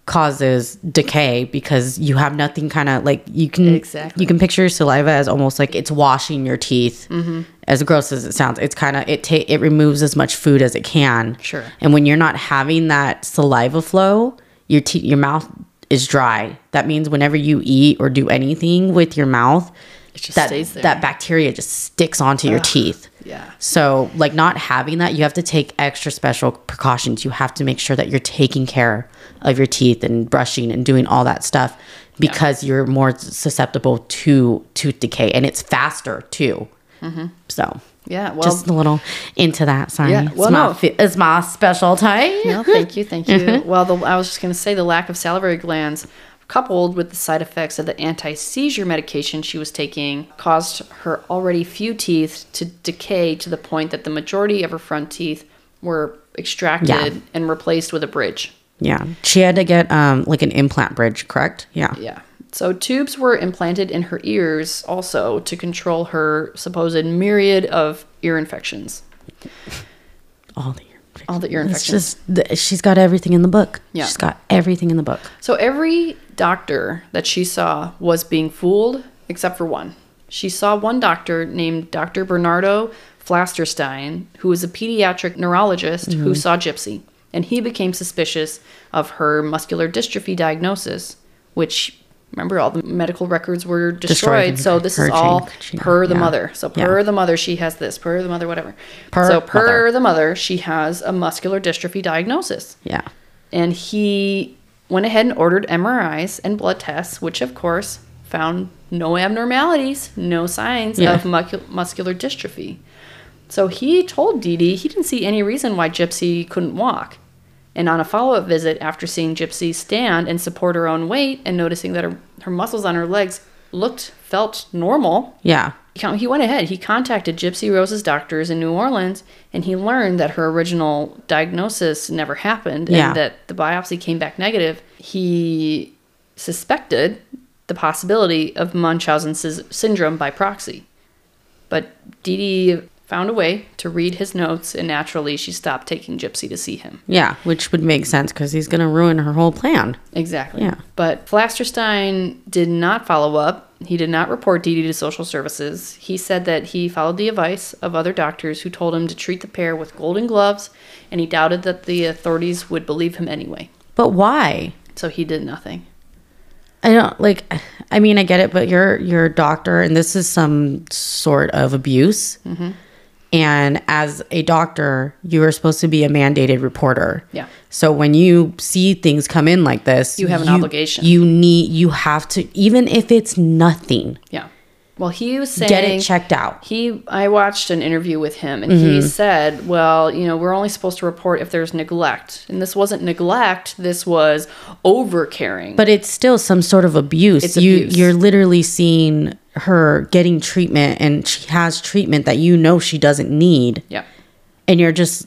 [SPEAKER 2] causes decay because you have nothing kind of like you can
[SPEAKER 1] Exactly.
[SPEAKER 2] you can picture your saliva as almost like it's washing your teeth.
[SPEAKER 1] Mm-hmm.
[SPEAKER 2] As gross as it sounds, it's kind of it ta- it removes as much food as it can.
[SPEAKER 1] Sure.
[SPEAKER 2] And when you're not having that saliva flow, your te- your mouth is dry. That means whenever you eat or do anything with your mouth,
[SPEAKER 1] It just
[SPEAKER 2] that
[SPEAKER 1] stays there.
[SPEAKER 2] that bacteria just sticks onto your teeth.
[SPEAKER 1] yeah
[SPEAKER 2] So, like not having that, you have to take extra special precautions. You have to make sure that you're taking care of your teeth and brushing and doing all that stuff because you're more susceptible to tooth decay and it's faster too. So,
[SPEAKER 1] Mm-hmm. yeah well
[SPEAKER 2] just a little into that. Sorry,
[SPEAKER 1] Yeah, well,
[SPEAKER 2] it's, my,
[SPEAKER 1] no.
[SPEAKER 2] fi- it's my specialty.
[SPEAKER 1] no thank you thank you well the, i was just going to say the lack of salivary glands coupled with the side effects of the anti-seizure medication she was taking caused her already few teeth to decay to the point that the majority of her front teeth were extracted
[SPEAKER 2] Yeah.
[SPEAKER 1] and replaced with a bridge
[SPEAKER 2] Yeah, she had to get um like an implant bridge, correct? Yeah,
[SPEAKER 1] Yeah. So tubes were implanted in her ears also to control her supposed myriad of ear infections.
[SPEAKER 2] all the ear.
[SPEAKER 1] All the ear
[SPEAKER 2] It's
[SPEAKER 1] infections.
[SPEAKER 2] just th- she's got everything in the book.
[SPEAKER 1] Yeah.
[SPEAKER 2] she's got everything in the book.
[SPEAKER 1] so every doctor that she saw was being fooled except for one. She saw one doctor named Dr. Bernardo Flasterstein, who was a pediatric neurologist
[SPEAKER 2] Mm-hmm.
[SPEAKER 1] who saw Gypsy, and he became suspicious of her muscular dystrophy diagnosis, which remember all the medical records were destroyed,
[SPEAKER 2] Destroyed.
[SPEAKER 1] so this is
[SPEAKER 2] Her
[SPEAKER 1] all
[SPEAKER 2] gene- gene-
[SPEAKER 1] per the
[SPEAKER 2] yeah.
[SPEAKER 1] mother. So
[SPEAKER 2] Yeah.
[SPEAKER 1] per the mother, she has this. Per the mother, whatever.
[SPEAKER 2] Per
[SPEAKER 1] so per
[SPEAKER 2] mother.
[SPEAKER 1] the mother, she has a muscular dystrophy diagnosis.
[SPEAKER 2] Yeah.
[SPEAKER 1] And he went ahead and ordered MRIs and blood tests, which of course found no abnormalities, no signs
[SPEAKER 2] Yeah.
[SPEAKER 1] of mucu- muscular dystrophy. So he told Dee Dee he didn't see any reason why Gypsy couldn't walk. And on a follow up visit, after seeing Gypsy stand and support her own weight and noticing that her, her muscles on her legs looked, felt normal,
[SPEAKER 2] Yeah.
[SPEAKER 1] he went ahead. He contacted Gypsy Rose's doctors in New Orleans, and he learned that her original diagnosis never happened,
[SPEAKER 2] Yeah.
[SPEAKER 1] and that the biopsy came back negative. He suspected the possibility of Munchausen sys- syndrome by proxy, but Dee Dee found a way to read his notes, and naturally, she stopped taking Gypsy to see him.
[SPEAKER 2] Yeah, which would make sense because he's going to ruin her whole plan.
[SPEAKER 1] Exactly.
[SPEAKER 2] Yeah.
[SPEAKER 1] But Flasterstein did not follow up. He did not report Dee Dee to social services. He said that he followed the advice of other doctors who told him to treat the pair with golden gloves, and he doubted that the authorities would believe him anyway.
[SPEAKER 2] But why?
[SPEAKER 1] So he did nothing.
[SPEAKER 2] I don't like. I mean, I get it, but you're you're a doctor, and this is some sort of abuse.
[SPEAKER 1] Mm-hmm.
[SPEAKER 2] And as a doctor, you are supposed to be a mandated reporter.
[SPEAKER 1] Yeah.
[SPEAKER 2] So when you see things come in like this,
[SPEAKER 1] You have an obligation.
[SPEAKER 2] You need. You have to, even if it's nothing.
[SPEAKER 1] Yeah. Well, he was saying
[SPEAKER 2] Get it checked out. Mm-hmm.
[SPEAKER 1] He, I watched an interview with him, and he said, "Well, you know, we're only supposed to report if there's neglect, and this wasn't neglect. This was overcaring.
[SPEAKER 2] But it's still some sort of abuse.
[SPEAKER 1] It's
[SPEAKER 2] you
[SPEAKER 1] abuse.
[SPEAKER 2] you're literally seeing her getting treatment and she has treatment that you know she doesn't need.
[SPEAKER 1] yeah,
[SPEAKER 2] And you're just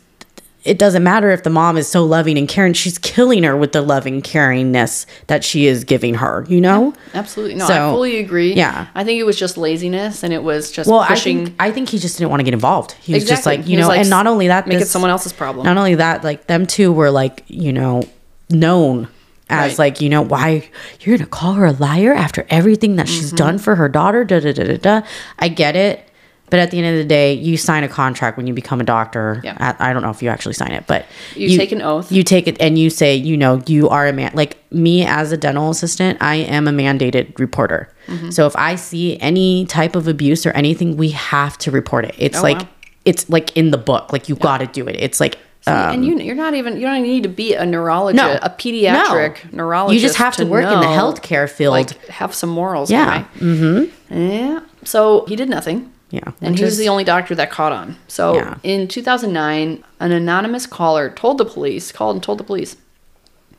[SPEAKER 2] it doesn't matter if the mom is so loving and caring, she's killing her with the loving caringness that she is giving her, you know?
[SPEAKER 1] absolutely. No, I
[SPEAKER 2] So,
[SPEAKER 1] fully agree.
[SPEAKER 2] yeah.
[SPEAKER 1] I think it was just laziness, and it was just
[SPEAKER 2] Well,
[SPEAKER 1] pushing.
[SPEAKER 2] I think I think he just didn't want to get involved. He was just
[SPEAKER 1] Exactly.
[SPEAKER 2] like,
[SPEAKER 1] He
[SPEAKER 2] you
[SPEAKER 1] was
[SPEAKER 2] know,
[SPEAKER 1] like,
[SPEAKER 2] and not only that
[SPEAKER 1] make it
[SPEAKER 2] this-
[SPEAKER 1] someone else's problem.
[SPEAKER 2] Not only that, like them two were like, you know, known as
[SPEAKER 1] Right.
[SPEAKER 2] like, you know, why you're gonna call her a liar after everything that
[SPEAKER 1] Mm-hmm.
[SPEAKER 2] she's done for her daughter, da da da da da. I get it. But at the end of the day, you sign a contract when you become a doctor.
[SPEAKER 1] Yeah.
[SPEAKER 2] At- I don't know if you actually sign it, but
[SPEAKER 1] You take an oath.
[SPEAKER 2] You take it and you say, you know, you are a man. Like me as a dental assistant, I am a mandated reporter.
[SPEAKER 1] Mm-hmm.
[SPEAKER 2] So if I see any type of abuse or anything, we have to report it. It's
[SPEAKER 1] Oh,
[SPEAKER 2] like
[SPEAKER 1] wow.
[SPEAKER 2] it's like in the book. Like you got to do it. It's like um,
[SPEAKER 1] and you, you're not even. You don't even need to be a neurologist,
[SPEAKER 2] No.
[SPEAKER 1] a pediatric
[SPEAKER 2] No.
[SPEAKER 1] neurologist.
[SPEAKER 2] You just have to work in the
[SPEAKER 1] know,
[SPEAKER 2] healthcare field.
[SPEAKER 1] Like, have some morals.
[SPEAKER 2] Yeah.
[SPEAKER 1] Mm-hmm. Yeah. So he did nothing.
[SPEAKER 2] Yeah,
[SPEAKER 1] And
[SPEAKER 2] which
[SPEAKER 1] he was
[SPEAKER 2] is-
[SPEAKER 1] the only doctor that caught on. So
[SPEAKER 2] Yeah.
[SPEAKER 1] in 2009, an anonymous caller told the police, called and told the police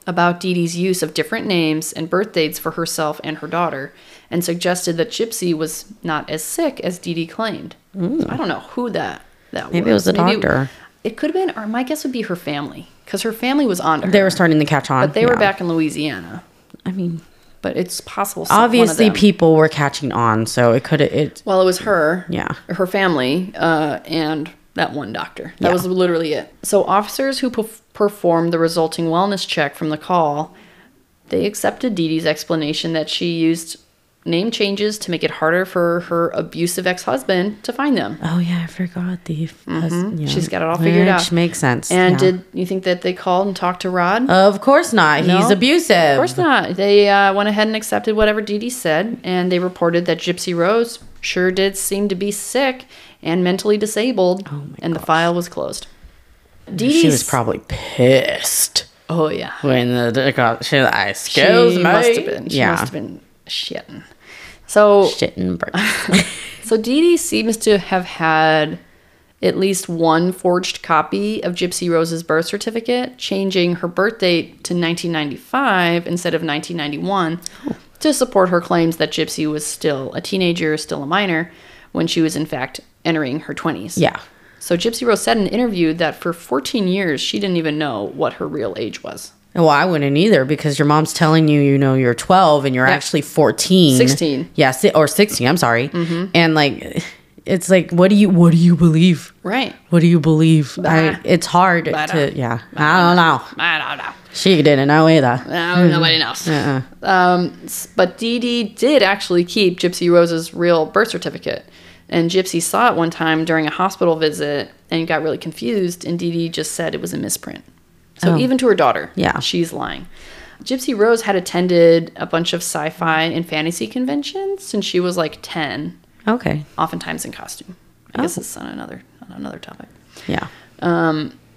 [SPEAKER 1] about Dee Dee's use of different names and birth dates for herself and her daughter, and suggested that Gypsy was not as sick as Dee Dee claimed. So I don't know who that that
[SPEAKER 2] Hmm. Maybe it was the doctor.
[SPEAKER 1] It, could have been, or my guess would be her family, because her family was on to her.
[SPEAKER 2] they were starting to catch on.
[SPEAKER 1] but they were
[SPEAKER 2] yeah.
[SPEAKER 1] back in Louisiana.
[SPEAKER 2] I mean,
[SPEAKER 1] But it's possible. some- one of
[SPEAKER 2] obviously
[SPEAKER 1] them-
[SPEAKER 2] people were catching on, so it could it.
[SPEAKER 1] Well, it was her.
[SPEAKER 2] Yeah.
[SPEAKER 1] Her family uh, and that one doctor. That
[SPEAKER 2] Yeah.
[SPEAKER 1] was literally it. So officers who perf- performed the resulting wellness check from the call, they accepted Dee Dee's explanation that she used name changes to make it harder for her abusive ex-husband to find them.
[SPEAKER 2] Oh yeah, I forgot the. yeah.
[SPEAKER 1] Mm-hmm. She's got it all figured
[SPEAKER 2] Which
[SPEAKER 1] out.
[SPEAKER 2] Makes sense.
[SPEAKER 1] And
[SPEAKER 2] yeah.
[SPEAKER 1] did you think that they called and talked to Rod?
[SPEAKER 2] Of course not.
[SPEAKER 1] No?
[SPEAKER 2] He's abusive.
[SPEAKER 1] Of course not. They uh, went ahead and accepted whatever Dee Dee said, and they reported that Gypsy Rose sure did seem to be sick and mentally disabled,
[SPEAKER 2] Oh my
[SPEAKER 1] and the file was closed. Dee
[SPEAKER 2] She
[SPEAKER 1] Dee's
[SPEAKER 2] was probably pissed
[SPEAKER 1] oh yeah,
[SPEAKER 2] when the they got. She was like,
[SPEAKER 1] she
[SPEAKER 2] excuse me.
[SPEAKER 1] must have been. She
[SPEAKER 2] yeah.
[SPEAKER 1] must have been shitting. So
[SPEAKER 2] Shitting bricks.
[SPEAKER 1] So Dee Dee seems to have had at least one forged copy of Gypsy Rose's birth certificate, changing her birth date to 1995 instead of 1991 to support her claims that Gypsy was still a teenager, still a minor, when she was in fact entering her 20s.
[SPEAKER 2] yeah.
[SPEAKER 1] So Gypsy Rose said in an interview that for 14 years she didn't even know what her real age was.
[SPEAKER 2] Well, I wouldn't either because your mom's telling you, you know, you're 12 and you're
[SPEAKER 1] Yeah.
[SPEAKER 2] actually 14.
[SPEAKER 1] 16.
[SPEAKER 2] Yeah, si- or 16, I'm sorry.
[SPEAKER 1] Mm-hmm.
[SPEAKER 2] And like it's like what do you what do you believe?
[SPEAKER 1] Right.
[SPEAKER 2] What do you believe? I,
[SPEAKER 1] Bah.
[SPEAKER 2] it's hard to yeah. I don't know.
[SPEAKER 1] I don't know.
[SPEAKER 2] She didn't know either.
[SPEAKER 1] No,
[SPEAKER 2] Hmm.
[SPEAKER 1] nobody knows. Um, s- but Dee Dee did actually keep Gypsy Rose's real birth certificate. And Gypsy saw it one time during a hospital visit and got really confused. And Dee Dee just said it was a misprint. So
[SPEAKER 2] Oh.
[SPEAKER 1] even to her daughter,
[SPEAKER 2] Yeah.
[SPEAKER 1] she's lying. Gypsy Rose had attended a bunch of sci fi and fantasy conventions since she was like 10,
[SPEAKER 2] Okay.
[SPEAKER 1] oftentimes in costume. I guess
[SPEAKER 2] Oh.
[SPEAKER 1] it's on another, on another topic
[SPEAKER 2] Yeah.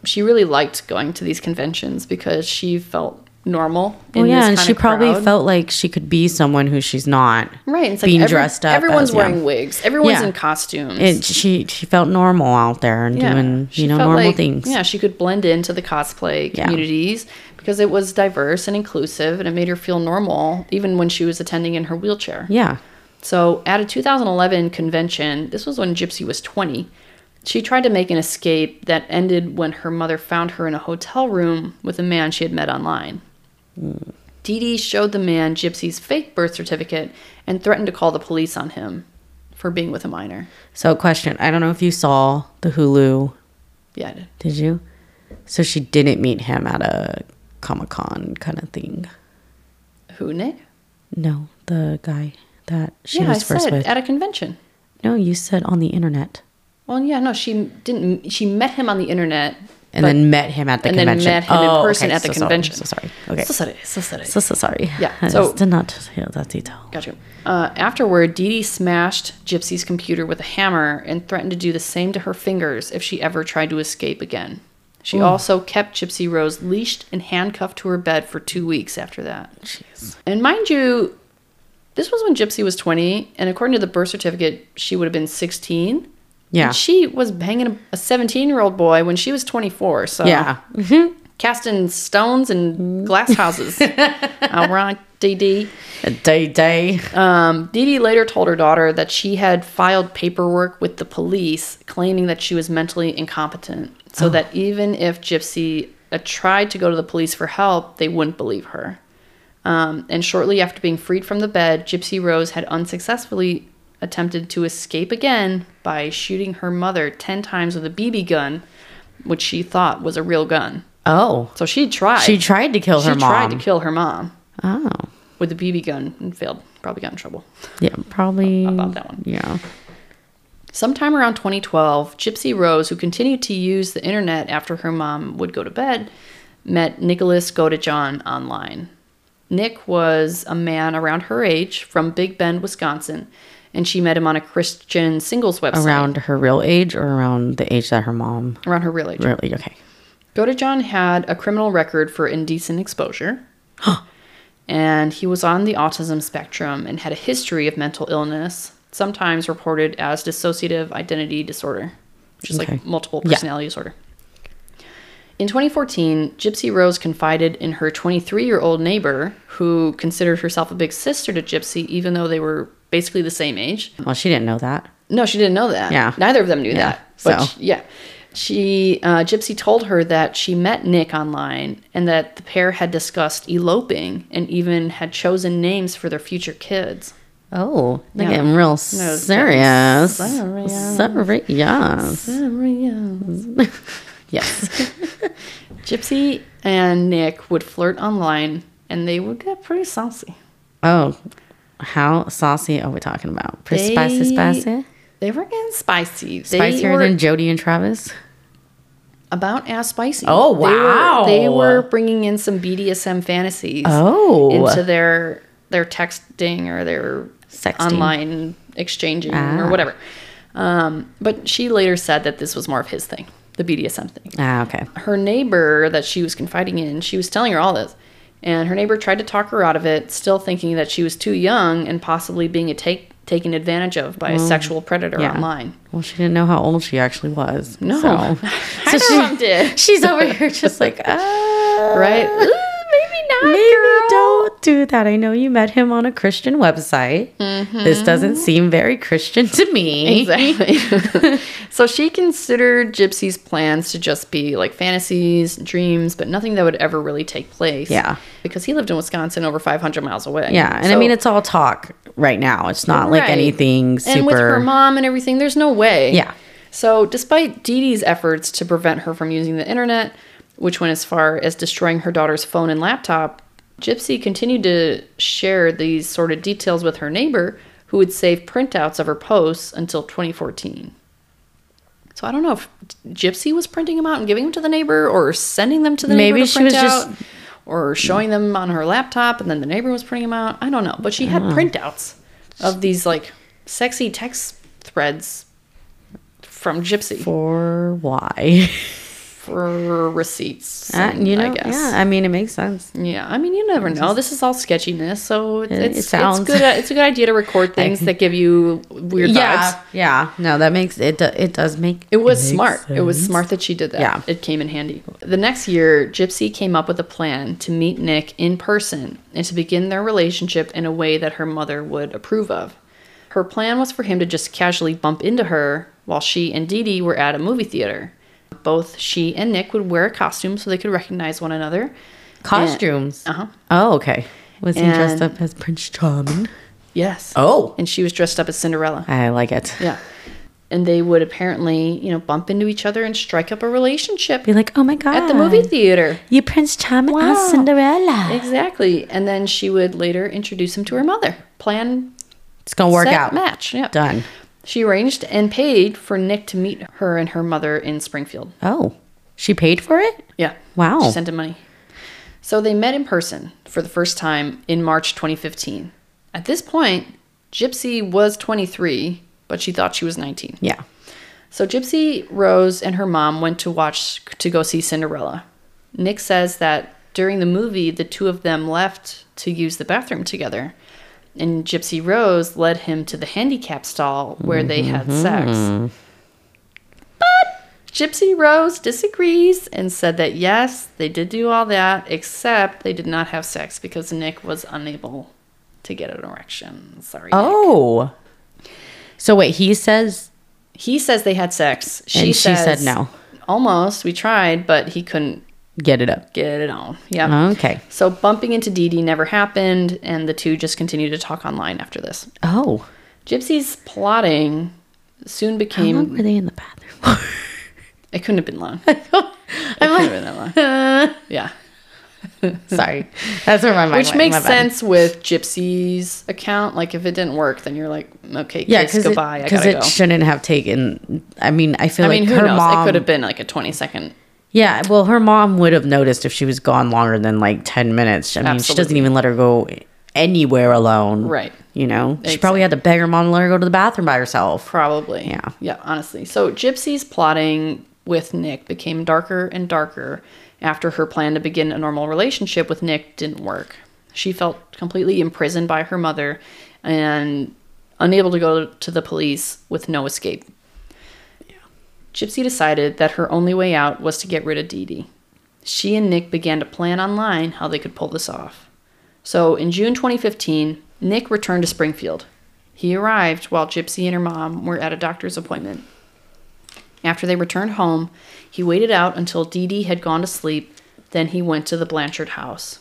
[SPEAKER 1] she really liked going to these conventions because she felt normal. in
[SPEAKER 2] Well, yeah,
[SPEAKER 1] this
[SPEAKER 2] and
[SPEAKER 1] kind
[SPEAKER 2] she
[SPEAKER 1] of
[SPEAKER 2] probably
[SPEAKER 1] crowd.
[SPEAKER 2] felt like she could be someone who she's not.
[SPEAKER 1] right. It's like
[SPEAKER 2] being
[SPEAKER 1] every-
[SPEAKER 2] dressed up.
[SPEAKER 1] Everyone's
[SPEAKER 2] as- yeah.
[SPEAKER 1] wearing wigs. Everyone's
[SPEAKER 2] Yeah.
[SPEAKER 1] in costumes.
[SPEAKER 2] It, she she felt normal out there and doing
[SPEAKER 1] She
[SPEAKER 2] you know
[SPEAKER 1] felt
[SPEAKER 2] normal
[SPEAKER 1] like-
[SPEAKER 2] things.
[SPEAKER 1] Yeah, she could blend into the cosplay
[SPEAKER 2] Yeah.
[SPEAKER 1] communities because it was diverse and inclusive, and it made her feel normal even when she was attending in her wheelchair.
[SPEAKER 2] Yeah.
[SPEAKER 1] So, at a 2011 convention, this was when Gypsy was 20, she tried to make an escape that ended when her mother found her in a hotel room with a man she had met online. Dee Dee showed the man Gypsy's fake birth certificate and threatened to call the police on him for being with a minor.
[SPEAKER 2] So question, I don't know if you saw the Hulu
[SPEAKER 1] Yeah, I did.
[SPEAKER 2] Did you? So she didn't meet him at a Comic Con kind of thing.
[SPEAKER 1] Who, Nick?
[SPEAKER 2] No, the guy that she
[SPEAKER 1] yeah, I
[SPEAKER 2] was first
[SPEAKER 1] said
[SPEAKER 2] with.
[SPEAKER 1] at a convention.
[SPEAKER 2] no, you said on the internet.
[SPEAKER 1] Well, yeah, no, she didn't. She met him on the internet.
[SPEAKER 2] And
[SPEAKER 1] but-
[SPEAKER 2] then met him at the
[SPEAKER 1] and then
[SPEAKER 2] convention.
[SPEAKER 1] met him in
[SPEAKER 2] Oh,
[SPEAKER 1] person
[SPEAKER 2] okay,
[SPEAKER 1] at the
[SPEAKER 2] so sorry,
[SPEAKER 1] convention.
[SPEAKER 2] so sorry. Okay.
[SPEAKER 1] So
[SPEAKER 2] So,
[SPEAKER 1] sorry, so sorry.
[SPEAKER 2] so sorry.
[SPEAKER 1] Yeah,
[SPEAKER 2] I
[SPEAKER 1] so-
[SPEAKER 2] just did not hear that detail.
[SPEAKER 1] Gotcha. Uh, afterward, Dee Dee smashed Gypsy's computer with a hammer and threatened to do the same to her fingers if she ever tried to escape again. She also kept Gypsy Rose leashed and handcuffed to her bed for two weeks after that.
[SPEAKER 2] Jeez.
[SPEAKER 1] And mind you, This was when Gypsy was 20, and according to the birth certificate, she would have been 16.
[SPEAKER 2] Yeah.
[SPEAKER 1] And she was hanging a 17 year old boy when she was 24. So,
[SPEAKER 2] yeah.
[SPEAKER 1] casting stones and glass houses. All right, Dee Dee.
[SPEAKER 2] Day day.
[SPEAKER 1] Um, Dee Dee later told her daughter that she had filed paperwork with the police claiming that she was mentally incompetent,
[SPEAKER 2] Oh.
[SPEAKER 1] so that even if Gypsy uh, tried to go to the police for help, they wouldn't believe her. Um, and shortly after being freed from the bed, Gypsy Rose had unsuccessfully attempted to escape again by shooting her mother 10 times with a BB gun, which she thought was a real gun.
[SPEAKER 2] Oh.
[SPEAKER 1] So she tried.
[SPEAKER 2] She tried to kill
[SPEAKER 1] She
[SPEAKER 2] her
[SPEAKER 1] tried
[SPEAKER 2] mom.
[SPEAKER 1] to kill her mom
[SPEAKER 2] oh.
[SPEAKER 1] with a BB gun and failed. Probably got in trouble.
[SPEAKER 2] Yeah, probably
[SPEAKER 1] About that one.
[SPEAKER 2] Yeah.
[SPEAKER 1] Sometime around 2012, Gypsy Rose, who continued to use the internet after her mom would go to bed, met Nicholas Godejohn online. Nick was a man around her age from Big Bend, Wisconsin, and she met him on a Christian singles website
[SPEAKER 2] Around her real age or around the age that her mom
[SPEAKER 1] around her real age.
[SPEAKER 2] really okay.
[SPEAKER 1] Godejohn had a criminal record for indecent exposure. and he was on the autism spectrum and had a history of mental illness, sometimes reported as dissociative identity disorder, which is
[SPEAKER 2] Okay.
[SPEAKER 1] like multiple
[SPEAKER 2] Yeah.
[SPEAKER 1] personality disorder. In 2014, Gypsy Rose confided in her 23 year old neighbor, who considered herself a big sister to Gypsy, even though they were basically the same age.
[SPEAKER 2] Well, she didn't know that.
[SPEAKER 1] No, she didn't know that.
[SPEAKER 2] Yeah.
[SPEAKER 1] Neither of them knew
[SPEAKER 2] Yeah,
[SPEAKER 1] that. But
[SPEAKER 2] so.
[SPEAKER 1] she- yeah. She, uh, Gypsy told her that she met Nick online and that the pair had discussed eloping and even had chosen names for their future kids.
[SPEAKER 2] Oh, they're
[SPEAKER 1] Yeah.
[SPEAKER 2] getting real
[SPEAKER 1] getting
[SPEAKER 2] serious.
[SPEAKER 1] serious.
[SPEAKER 2] Serious. Yes. yes.
[SPEAKER 1] Gypsy and Nick would flirt online and they would get pretty saucy.
[SPEAKER 2] Oh, how saucy are we talking about? Pretty spicy,
[SPEAKER 1] They-
[SPEAKER 2] spicy.
[SPEAKER 1] They were getting spicy. They
[SPEAKER 2] Spicier
[SPEAKER 1] were
[SPEAKER 2] than Jody and Travis.
[SPEAKER 1] about as spicy.
[SPEAKER 2] Oh,
[SPEAKER 1] They were-
[SPEAKER 2] wow.
[SPEAKER 1] They were, bringing in some BDSM fantasies.
[SPEAKER 2] Oh.
[SPEAKER 1] into their their texting or their
[SPEAKER 2] Sexting.
[SPEAKER 1] online exchanging
[SPEAKER 2] Ah.
[SPEAKER 1] or whatever. Um, but she later said that this was more of his thing, the BDSM thing.
[SPEAKER 2] ah, okay.
[SPEAKER 1] Her neighbor that she was confiding in, she was telling her all this. And her neighbor tried to talk her out of it, still thinking that she was too young and possibly being a take, taken advantage of by a sexual predator
[SPEAKER 2] Mm. yeah.
[SPEAKER 1] online.
[SPEAKER 2] Well, she didn't know how old she actually was.
[SPEAKER 1] No. Neither
[SPEAKER 2] So, so
[SPEAKER 1] of them did.
[SPEAKER 2] she's over here just like, uh,
[SPEAKER 1] Right? Ooh, maybe not.
[SPEAKER 2] Maybe don't do that. I know you met him on a Christian website.
[SPEAKER 1] Mm-hmm.
[SPEAKER 2] This doesn't seem very Christian to me.
[SPEAKER 1] Exactly. so she considered Gypsy's plans to just be like fantasies, dreams, but nothing that would ever really take place.
[SPEAKER 2] Yeah.
[SPEAKER 1] Because he lived in Wisconsin over 500 miles away.
[SPEAKER 2] Yeah, and I
[SPEAKER 1] So-
[SPEAKER 2] mean it's all talk right now. It's not like
[SPEAKER 1] Right.
[SPEAKER 2] anything super.
[SPEAKER 1] And with her mom and everything, there's no way.
[SPEAKER 2] Yeah.
[SPEAKER 1] So despite Dee Dee's efforts to prevent her from using the internet, which went as far as destroying her daughter's phone and laptop, Gypsy continued to share these sort of details with her neighbor, who would save printouts of her posts until 2014. So I don't know if Gypsy was printing them out and giving them to the neighbor, or sending them to the
[SPEAKER 2] Maybe
[SPEAKER 1] neighbor to
[SPEAKER 2] she
[SPEAKER 1] print
[SPEAKER 2] was just-
[SPEAKER 1] out, or showing them on her laptop, and then the neighbor was printing them out. I don't know, but she had
[SPEAKER 2] Hmm.
[SPEAKER 1] printouts of these like sexy text threads from Gypsy
[SPEAKER 2] for why?
[SPEAKER 1] for receipts.
[SPEAKER 2] Uh,
[SPEAKER 1] and-
[SPEAKER 2] you know,
[SPEAKER 1] I guess.
[SPEAKER 2] yeah.
[SPEAKER 1] Yeah.
[SPEAKER 2] I mean, it makes sense.
[SPEAKER 1] I mean, you never know. This is all sketchiness, so it's
[SPEAKER 2] It- it
[SPEAKER 1] it's,
[SPEAKER 2] sounds-
[SPEAKER 1] it's good. uh, It's a good idea to record things that give you weird vibes.
[SPEAKER 2] yeah. No, that makes it. Do, it does make
[SPEAKER 1] It was
[SPEAKER 2] makes
[SPEAKER 1] smart. It was
[SPEAKER 2] sense.
[SPEAKER 1] smart that she did that.
[SPEAKER 2] Yeah.
[SPEAKER 1] It came in handy. The next year, Gypsy came up with a plan to meet Nick in person and to begin their relationship in a way that her mother would approve of. Her plan was for him to just casually bump into her while she and Dee Dee were at a movie theater. Both she and Nick would wear a costume so they could recognize one another.
[SPEAKER 2] Costumes.
[SPEAKER 1] Uh huh.
[SPEAKER 2] Oh, okay. Was he dressed
[SPEAKER 1] And-
[SPEAKER 2] up as Prince Charming?
[SPEAKER 1] Yes.
[SPEAKER 2] Oh,
[SPEAKER 1] And she was dressed up as Cinderella.
[SPEAKER 2] I like it.
[SPEAKER 1] Yeah. And they would apparently, you know, bump into each other and strike up a relationship
[SPEAKER 2] Be like, oh my god,
[SPEAKER 1] at the movie theater.
[SPEAKER 2] you Prince Charming as Cinderella.
[SPEAKER 1] Exactly. And then she would later introduce him to her mother. Plan
[SPEAKER 2] It's gonna work
[SPEAKER 1] set,
[SPEAKER 2] out.
[SPEAKER 1] match. Yeah.
[SPEAKER 2] Done.
[SPEAKER 1] She arranged and paid for Nick to meet her and her mother in Springfield.
[SPEAKER 2] Oh, she paid for it.
[SPEAKER 1] Yeah.
[SPEAKER 2] Wow.
[SPEAKER 1] She sent him money. So they met in person for the first time in March 2015. At this point, Gypsy was 23, but she thought she was 19.
[SPEAKER 2] Yeah.
[SPEAKER 1] So Gypsy Rose and her mom went to watch to go see Cinderella. Nick says that during the movie, the two of them left to use the bathroom together, and Gypsy Rose led him to the handicap stall where they had sex. But Gypsy Rose disagrees and said that yes, they did do all that, except they did not have sex because Nick was unable to get an erection. Sorry. Nick.
[SPEAKER 2] Oh. So wait, he says
[SPEAKER 1] He says they had sex. She,
[SPEAKER 2] And she said
[SPEAKER 1] says,
[SPEAKER 2] no.
[SPEAKER 1] Almost. We tried, but he couldn't
[SPEAKER 2] get it up.
[SPEAKER 1] get it on. Yeah.
[SPEAKER 2] Okay.
[SPEAKER 1] So bumping into Dee Dee never happened, and the two just continued to talk online after this.
[SPEAKER 2] Oh.
[SPEAKER 1] Gypsy's plotting soon
[SPEAKER 2] How long
[SPEAKER 1] became.
[SPEAKER 2] were they in the bathroom?
[SPEAKER 1] It couldn't have been long. it couldn't have been that long. Yeah.
[SPEAKER 2] Sorry. That's where my mind
[SPEAKER 1] Which
[SPEAKER 2] went.
[SPEAKER 1] makes
[SPEAKER 2] My bad.
[SPEAKER 1] sense with Gypsy's account. Like, if it didn't work, then you're like, okay,
[SPEAKER 2] Yeah,
[SPEAKER 1] kiss
[SPEAKER 2] because it,
[SPEAKER 1] goodbye. I
[SPEAKER 2] 'cause
[SPEAKER 1] gotta
[SPEAKER 2] it
[SPEAKER 1] go.
[SPEAKER 2] shouldn't have taken. I mean, I feel
[SPEAKER 1] I
[SPEAKER 2] like
[SPEAKER 1] mean, who
[SPEAKER 2] her
[SPEAKER 1] knows? It
[SPEAKER 2] mom.
[SPEAKER 1] could have been like a 20 second.
[SPEAKER 2] yeah, well, her mom would have noticed if she was gone longer than like ten minutes. I mean, she doesn't
[SPEAKER 1] Absolutely.
[SPEAKER 2] even let her go anywhere alone.
[SPEAKER 1] Right.
[SPEAKER 2] You know, she probably had to beg her mom to let her go to the bathroom by herself.
[SPEAKER 1] Probably.
[SPEAKER 2] Yeah.
[SPEAKER 1] Yeah, honestly. So Gypsy's plotting with Nick became darker and darker after her plan to begin a normal relationship with Nick didn't work. She felt completely imprisoned by her mother and unable to go to the police with no escape. Gypsy decided that her only way out was to get rid of Dee Dee. She and Nick began to plan online how they could pull this off. So in June 2015, Nick returned to Springfield. He arrived while Gypsy and her mom were at a doctor's appointment. After they returned home, he waited out until Dee Dee had gone to sleep, then he went to the Blanchard house.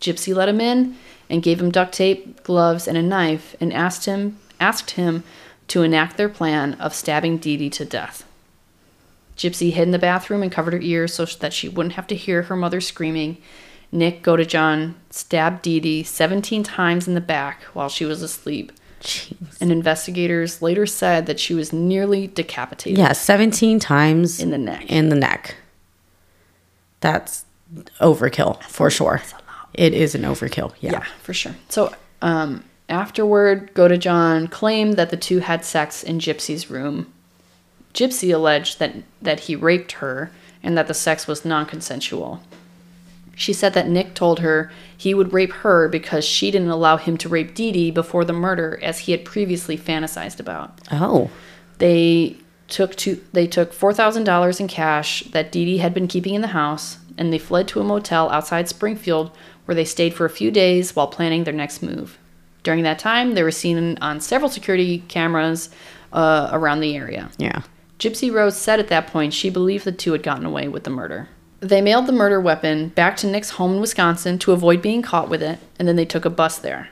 [SPEAKER 1] Gypsy let him in and gave him duct tape, gloves, and a knife and asked him asked him to enact their plan of stabbing Dee Dee to death. Gypsy hid in the bathroom and covered her ears so that she wouldn't have to hear her mother screaming. Nick Godejohn stabbed Dee Dee 17 times in the back while she was asleep,
[SPEAKER 2] Jeez.
[SPEAKER 1] and investigators later said that she was nearly decapitated
[SPEAKER 2] Yeah, seventeen times
[SPEAKER 1] in the neck.
[SPEAKER 2] in the neck. That's overkill for sure. It is an overkill. Yeah.
[SPEAKER 1] Yeah, for sure. So um, afterward, Godejohn claimed that the two had sex in Gypsy's room. Gypsy alleged that, that he raped her and that the sex was non consensual. She said that Nick told her he would rape her because she didn't allow him to rape Dee Dee before the murder, as he had previously fantasized about
[SPEAKER 2] Oh.
[SPEAKER 1] they took two, they took four thousand dollars in cash that Dee Dee had been keeping in the house, and they fled to a motel outside Springfield where they stayed for a few days while planning their next move. During that time, they were seen on several security cameras uh, around the area.
[SPEAKER 2] Yeah.
[SPEAKER 1] Gypsy Rose said at that point she believed the two had gotten away with the murder. They mailed the murder weapon back to Nick's home in Wisconsin to avoid being caught with it, and then they took a bus there.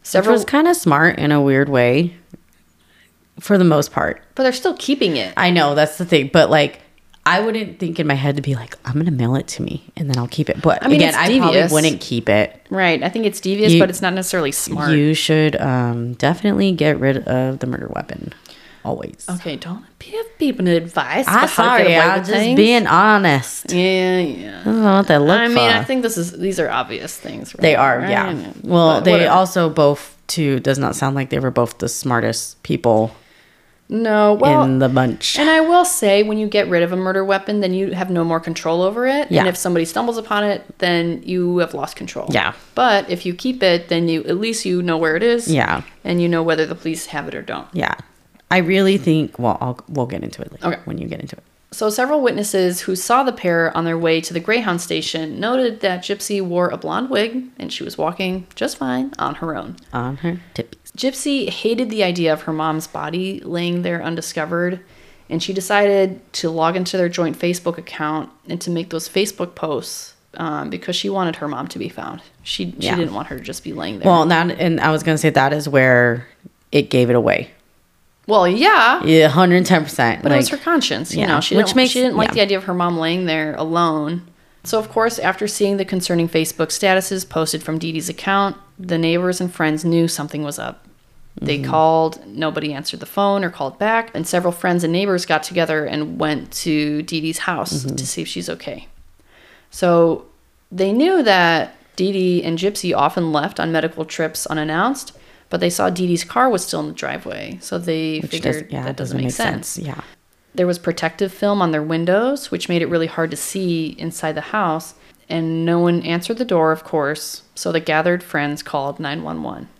[SPEAKER 2] Which
[SPEAKER 1] Several,
[SPEAKER 2] was kind of smart in a weird way. For the most part.
[SPEAKER 1] but they're still keeping it.
[SPEAKER 2] I know that's the thing, but like I wouldn't think in my head to be like, I'm gonna mail it to me and then I'll keep it. But
[SPEAKER 1] mean,
[SPEAKER 2] again,
[SPEAKER 1] it's
[SPEAKER 2] I probably
[SPEAKER 1] devious.
[SPEAKER 2] wouldn't keep it.
[SPEAKER 1] Right. I think it's devious,
[SPEAKER 2] You-
[SPEAKER 1] but it's not necessarily smart.
[SPEAKER 2] You should um, definitely get rid of the murder weapon. Always.
[SPEAKER 1] Okay, don't give people advice.
[SPEAKER 2] I'm
[SPEAKER 1] about how to
[SPEAKER 2] sorry,
[SPEAKER 1] get away
[SPEAKER 2] I'm
[SPEAKER 1] with
[SPEAKER 2] just
[SPEAKER 1] things.
[SPEAKER 2] being honest.
[SPEAKER 1] Yeah, yeah.
[SPEAKER 2] I don't know what they look
[SPEAKER 1] I mean,
[SPEAKER 2] for.
[SPEAKER 1] I think this is these are obvious things. Right?
[SPEAKER 2] they are,
[SPEAKER 1] Right?
[SPEAKER 2] yeah. Well,
[SPEAKER 1] But
[SPEAKER 2] they
[SPEAKER 1] whatever.
[SPEAKER 2] also both too does not sound like they were both the smartest people
[SPEAKER 1] no. Well,
[SPEAKER 2] in the bunch.
[SPEAKER 1] and I will say, when you get rid of a murder weapon, then you have no more control over it.
[SPEAKER 2] Yeah.
[SPEAKER 1] And if somebody stumbles upon it, then you have lost control.
[SPEAKER 2] Yeah.
[SPEAKER 1] But if you keep it, then you at least you know where it is.
[SPEAKER 2] Yeah.
[SPEAKER 1] And you know whether the police have it or don't.
[SPEAKER 2] Yeah. I really think well, I'll we'll get into it later
[SPEAKER 1] Okay.
[SPEAKER 2] when you get into it.
[SPEAKER 1] So, several witnesses who saw the pair on their way to the Greyhound station noted that Gypsy wore a blonde wig and she was walking just fine on her own.
[SPEAKER 2] On her tippies.
[SPEAKER 1] Gypsy hated the idea of her mom's body laying there undiscovered, and she decided to log into their joint Facebook account and to make those Facebook posts um, because she wanted her mom to be found. She, she
[SPEAKER 2] Yeah.
[SPEAKER 1] didn't want her to just be laying there. Well,
[SPEAKER 2] Well, that and I was gonna say that is where it gave it away.
[SPEAKER 1] yeah,
[SPEAKER 2] Yeah, hundred and ten percent.
[SPEAKER 1] but it was her conscience. You
[SPEAKER 2] yeah,
[SPEAKER 1] know, she
[SPEAKER 2] which
[SPEAKER 1] didn't,
[SPEAKER 2] makes-
[SPEAKER 1] she didn't like
[SPEAKER 2] yeah.
[SPEAKER 1] the idea of her mom laying there alone. So, of course, after seeing the concerning Facebook statuses posted from Dee Dee's account, the neighbors and friends knew something was up. They
[SPEAKER 2] Mm-hmm.
[SPEAKER 1] called, nobody answered the phone or called back, and several friends and neighbors got together and went to Dee Dee's house
[SPEAKER 2] Mm-hmm.
[SPEAKER 1] to see if she's okay. So they knew that Dee Dee and Gypsy often left on medical trips unannounced, but they saw Dee Dee's car was still in the driveway, so they
[SPEAKER 2] Which does-
[SPEAKER 1] figured that doesn't, make, sense.
[SPEAKER 2] Yeah.
[SPEAKER 1] There was protective film on their windows, which made it really hard to see inside the house, and no one answered the door, of course, so the gathered friends called 911.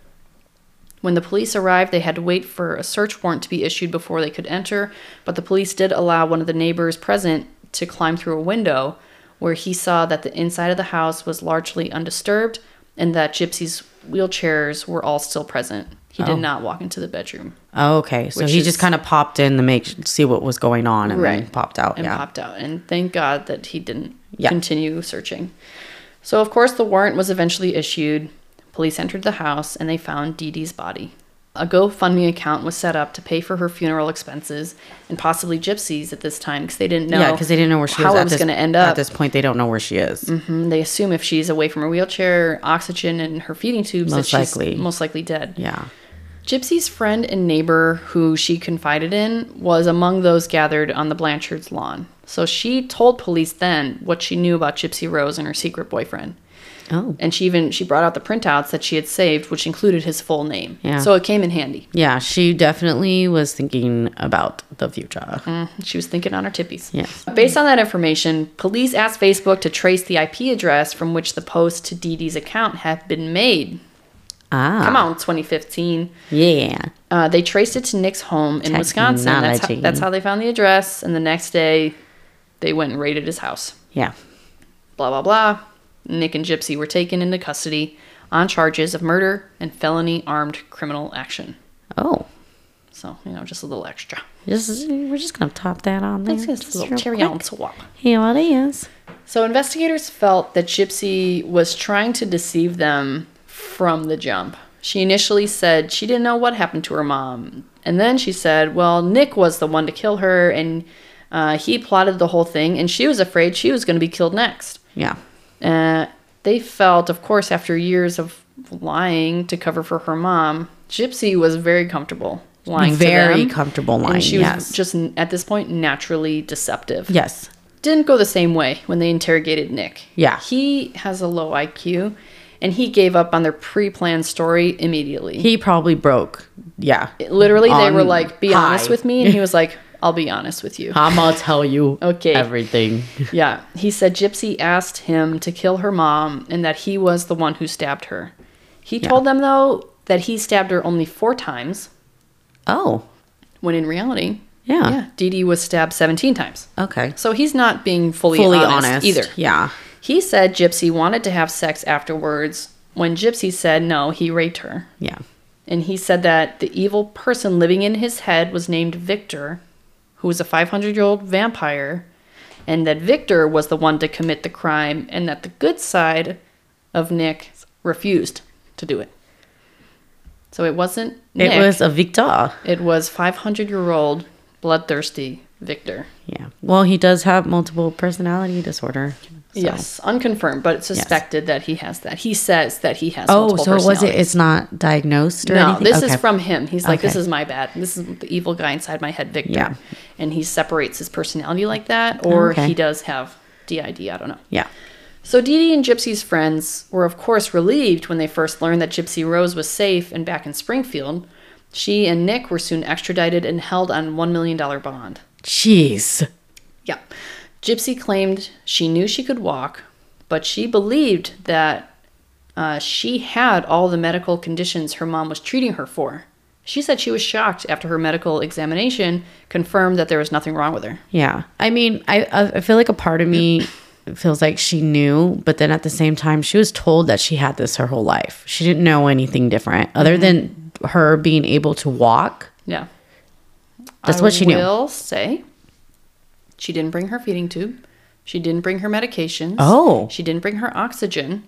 [SPEAKER 1] When the police arrived, they had to wait for a search warrant to be issued before they could enter, but the police did allow one of the neighbors present to climb through a window where he saw that the inside of the house was largely undisturbed and that Gypsy's wheelchairs were all still present. He did not walk into the bedroom
[SPEAKER 2] Oh, okay. So
[SPEAKER 1] Which
[SPEAKER 2] he
[SPEAKER 1] is-
[SPEAKER 2] just kind of popped in to make see what was going on and then popped out.
[SPEAKER 1] and
[SPEAKER 2] yeah.
[SPEAKER 1] popped out. And thank God that he didn't
[SPEAKER 2] Yeah.
[SPEAKER 1] continue searching. So, of course, the warrant was eventually issued. Police entered the house and they found Dee Dee's body. A GoFundMe account was set up to pay for her funeral expenses and possibly Gypsy's at this time because they didn't know.
[SPEAKER 2] Yeah, because they didn't know where she
[SPEAKER 1] how
[SPEAKER 2] was.
[SPEAKER 1] it
[SPEAKER 2] at
[SPEAKER 1] was
[SPEAKER 2] this-
[SPEAKER 1] going to end
[SPEAKER 2] At
[SPEAKER 1] up.
[SPEAKER 2] this point, they don't know where she is.
[SPEAKER 1] Mhm. They assume if she's away from her wheelchair, oxygen, and her feeding tubes,
[SPEAKER 2] Most
[SPEAKER 1] that she's
[SPEAKER 2] likely.
[SPEAKER 1] most likely dead.
[SPEAKER 2] Yeah.
[SPEAKER 1] Gypsy's friend and neighbor, who she confided in, was among those gathered on the Blanchard's lawn. So she told police then what she knew about Gypsy Rose and her secret boyfriend.
[SPEAKER 2] Oh.
[SPEAKER 1] And she even she brought out the printouts that she had saved, which included his full name.
[SPEAKER 2] Yeah.
[SPEAKER 1] So it came in handy.
[SPEAKER 2] Yeah, she definitely was thinking about the future.
[SPEAKER 1] Mm, She was thinking on her tippies.
[SPEAKER 2] Yes.
[SPEAKER 1] Based on that information, police asked Facebook to trace the IP address from which the post to Dee Dee's account had been made.
[SPEAKER 2] Ah.
[SPEAKER 1] Come on, 2015.
[SPEAKER 2] Yeah.
[SPEAKER 1] Uh, they traced it to Nick's home in Wisconsin. That's how,
[SPEAKER 2] Technology.
[SPEAKER 1] that's how they found the address. And the next day, they went and raided his house.
[SPEAKER 2] Yeah.
[SPEAKER 1] Blah, blah, blah. Nick and Gypsy were taken into custody on charges of murder and felony armed criminal action.
[SPEAKER 2] Oh.
[SPEAKER 1] So, you know, just a little extra.
[SPEAKER 2] Just, we're just going to top that on there.
[SPEAKER 1] It's just a little
[SPEAKER 2] real
[SPEAKER 1] cherry
[SPEAKER 2] quick.
[SPEAKER 1] on top.
[SPEAKER 2] Here it is.
[SPEAKER 1] So, investigators felt that Gypsy was trying to deceive them from the jump. She initially said she didn't know what happened to her mom. And then she said, well, Nick was the one to kill her, and uh, he plotted the whole thing, and she was afraid she was going to be killed next.
[SPEAKER 2] Yeah.
[SPEAKER 1] Uh, they felt, of course, after years of lying to cover for her mom, Gypsy was very comfortable lying. to
[SPEAKER 2] Very
[SPEAKER 1] them,
[SPEAKER 2] comfortable lying,
[SPEAKER 1] And she was
[SPEAKER 2] yes.
[SPEAKER 1] just, at this point, naturally deceptive
[SPEAKER 2] Yes.
[SPEAKER 1] didn't go the same way when they interrogated Nick.
[SPEAKER 2] Yeah.
[SPEAKER 1] He has a low IQ and he gave up on their pre planned story immediately.
[SPEAKER 2] He probably broke. Yeah.
[SPEAKER 1] Literally, they
[SPEAKER 2] On
[SPEAKER 1] were like, be honest
[SPEAKER 2] high.
[SPEAKER 1] with me. And he was like, I'll be honest with you.
[SPEAKER 2] I'm going to tell you
[SPEAKER 1] Okay.
[SPEAKER 2] everything.
[SPEAKER 1] yeah. He said Gypsy asked him to kill her mom and that he was the one who stabbed her. He told them, though, that he stabbed her only four times
[SPEAKER 2] Oh.
[SPEAKER 1] when in reality,
[SPEAKER 2] Yeah.
[SPEAKER 1] yeah Dee Dee was stabbed 17 times.
[SPEAKER 2] Okay.
[SPEAKER 1] So he's not being fully,
[SPEAKER 2] Fully
[SPEAKER 1] honest,
[SPEAKER 2] honest,
[SPEAKER 1] either.
[SPEAKER 2] Yeah.
[SPEAKER 1] He said Gypsy wanted to have sex afterwards when Gypsy said no, he raped her.
[SPEAKER 2] Yeah.
[SPEAKER 1] And he said that the evil person living in his head was named Victor, who was a 500 year old vampire, and that Victor was the one to commit the crime, and that the good side of Nick refused to do it. So it wasn't Nick.
[SPEAKER 2] It was a Victor.
[SPEAKER 1] it was 500 year old bloodthirsty Victor.
[SPEAKER 2] Yeah. Well, he does have multiple personality disorder. so-
[SPEAKER 1] Yes, unconfirmed, but it's suspected that he has that. He says that he has.
[SPEAKER 2] Oh,
[SPEAKER 1] multiple
[SPEAKER 2] so it wasn't.
[SPEAKER 1] personalities.
[SPEAKER 2] It's not diagnosed or
[SPEAKER 1] no,
[SPEAKER 2] anything.
[SPEAKER 1] this is
[SPEAKER 2] Okay.
[SPEAKER 1] from him. He's like, this
[SPEAKER 2] Okay.
[SPEAKER 1] is my bad. This is the evil guy inside my head, Victor.
[SPEAKER 2] Yeah.
[SPEAKER 1] And he separates his personality like that, or
[SPEAKER 2] Okay.
[SPEAKER 1] he does have DID. I don't know.
[SPEAKER 2] Yeah.
[SPEAKER 1] So Dee Dee and Gypsy's friends were, of course, relieved when they first learned that Gypsy Rose was safe and back in Springfield. She and Nick were soon extradited and held on $1 million bond.
[SPEAKER 2] Jeez.
[SPEAKER 1] Yeah. Gypsy claimed she knew she could walk, but she believed that uh, she had all the medical conditions her mom was treating her for. She said she was shocked after her medical examination confirmed that there was nothing wrong with her.
[SPEAKER 2] Yeah. I mean, I I I feel like a part of me feels like she knew, but then at the same time, she was told that she had this her whole life. She didn't know anything different
[SPEAKER 1] Mm-hmm.
[SPEAKER 2] other than her being able to walk.
[SPEAKER 1] Yeah.
[SPEAKER 2] That's what she knew.
[SPEAKER 1] I will say she didn't bring her feeding tube. She didn't bring her medications.
[SPEAKER 2] Oh.
[SPEAKER 1] She didn't bring her oxygen.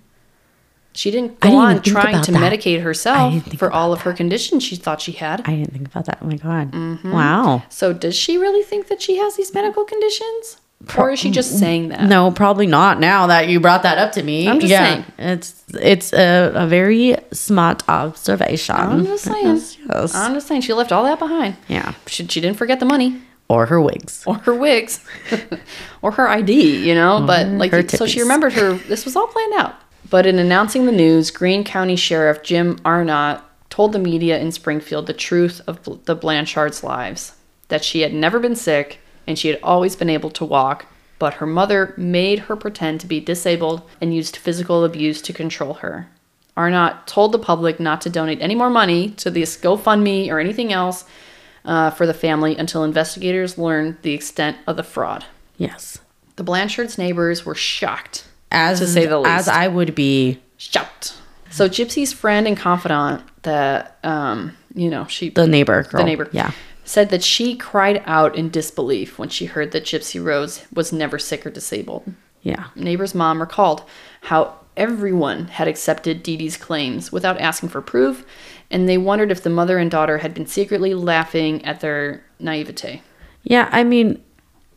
[SPEAKER 1] She didn't
[SPEAKER 2] I
[SPEAKER 1] go
[SPEAKER 2] didn't
[SPEAKER 1] on
[SPEAKER 2] even think
[SPEAKER 1] trying
[SPEAKER 2] about
[SPEAKER 1] to
[SPEAKER 2] that.
[SPEAKER 1] medicate herself
[SPEAKER 2] didn't think
[SPEAKER 1] for
[SPEAKER 2] about
[SPEAKER 1] all of her conditions she thought she had.
[SPEAKER 2] I didn't think about that. Oh my god.
[SPEAKER 1] Mm-hmm.
[SPEAKER 2] Wow.
[SPEAKER 1] So does she really think that she has these medical conditions? or is she just saying that?
[SPEAKER 2] No, probably not. Now that you brought that up to me,
[SPEAKER 1] I'm just
[SPEAKER 2] yeah,
[SPEAKER 1] saying.
[SPEAKER 2] it's it's a, a very smart observation.
[SPEAKER 1] I'm just saying.
[SPEAKER 2] Yes, yes.
[SPEAKER 1] I'm just saying she left all that behind.
[SPEAKER 2] Yeah.
[SPEAKER 1] She, she didn't forget the money
[SPEAKER 2] or her wigs.
[SPEAKER 1] or her wigs or her ID, you know, but like
[SPEAKER 2] Mm-hmm. her
[SPEAKER 1] so she
[SPEAKER 2] tippies.
[SPEAKER 1] remembered her this was all planned out. But in announcing the news, Greene County Sheriff Jim Arnott told the media in Springfield the truth of bl- the Blanchard's lives, that she had never been sick and she had always been able to walk, but her mother made her pretend to be disabled and used physical abuse to control her. are not told the public not to donate any more money to this GoFundMe or anything else uh, for the family until investigators learn the extent of the fraud.
[SPEAKER 2] Yes.
[SPEAKER 1] The Blanchards' neighbors were shocked.
[SPEAKER 2] As
[SPEAKER 1] To say the
[SPEAKER 2] as
[SPEAKER 1] least.
[SPEAKER 2] I would be
[SPEAKER 1] Shocked. So Gypsy's friend and confidant, that um, you know, she
[SPEAKER 2] the neighbor girl.
[SPEAKER 1] the neighbor,
[SPEAKER 2] Yeah.
[SPEAKER 1] said that she cried out in disbelief when she heard that Gypsy Rose was never sick or disabled.
[SPEAKER 2] Yeah.
[SPEAKER 1] Neighbor's mom recalled how everyone had accepted Dee Dee's claims without asking for proof, and they wondered if the mother and daughter had been secretly laughing at their naivete.
[SPEAKER 2] Yeah, I mean,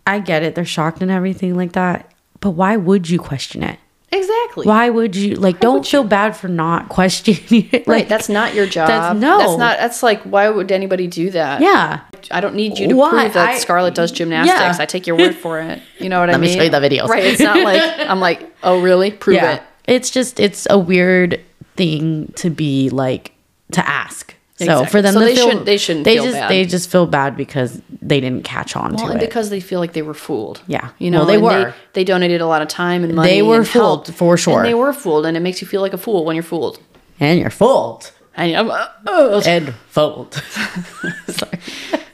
[SPEAKER 2] I get it. They're shocked and everything like that. But why would you question it?
[SPEAKER 1] Exactly.
[SPEAKER 2] Why would you like don't feel bad for not questioning it?
[SPEAKER 1] Right,
[SPEAKER 2] Like
[SPEAKER 1] that's not your job.
[SPEAKER 2] no.
[SPEAKER 1] That's not that's like why would anybody do that?
[SPEAKER 2] Yeah.
[SPEAKER 1] I don't need you to
[SPEAKER 2] Why?
[SPEAKER 1] prove that
[SPEAKER 2] I-
[SPEAKER 1] Scarlett does gymnastics.
[SPEAKER 2] Yeah.
[SPEAKER 1] I take your word for it. You know what I
[SPEAKER 2] me
[SPEAKER 1] mean?
[SPEAKER 2] show you the videos.
[SPEAKER 1] Right. It's not like I'm like, oh really? Prove
[SPEAKER 2] Yeah.
[SPEAKER 1] it.
[SPEAKER 2] It's just it's a weird thing to be like to ask. So
[SPEAKER 1] Exactly.
[SPEAKER 2] for them
[SPEAKER 1] So
[SPEAKER 2] to
[SPEAKER 1] they
[SPEAKER 2] feel,
[SPEAKER 1] shouldn't- they shouldn't
[SPEAKER 2] they
[SPEAKER 1] feel
[SPEAKER 2] just
[SPEAKER 1] bad.
[SPEAKER 2] they just feel bad because they didn't catch on
[SPEAKER 1] Well,
[SPEAKER 2] to
[SPEAKER 1] and
[SPEAKER 2] it.
[SPEAKER 1] because they feel like they were fooled.
[SPEAKER 2] Yeah.
[SPEAKER 1] You know,
[SPEAKER 2] Well, they
[SPEAKER 1] and
[SPEAKER 2] were.
[SPEAKER 1] They, donated a lot of time and money.
[SPEAKER 2] They were
[SPEAKER 1] and help,
[SPEAKER 2] fooled, for sure.
[SPEAKER 1] And they were fooled, and it makes you feel like a fool when you're fooled.
[SPEAKER 2] and you're fooled
[SPEAKER 1] I am. Uh, oh.
[SPEAKER 2] and fooled.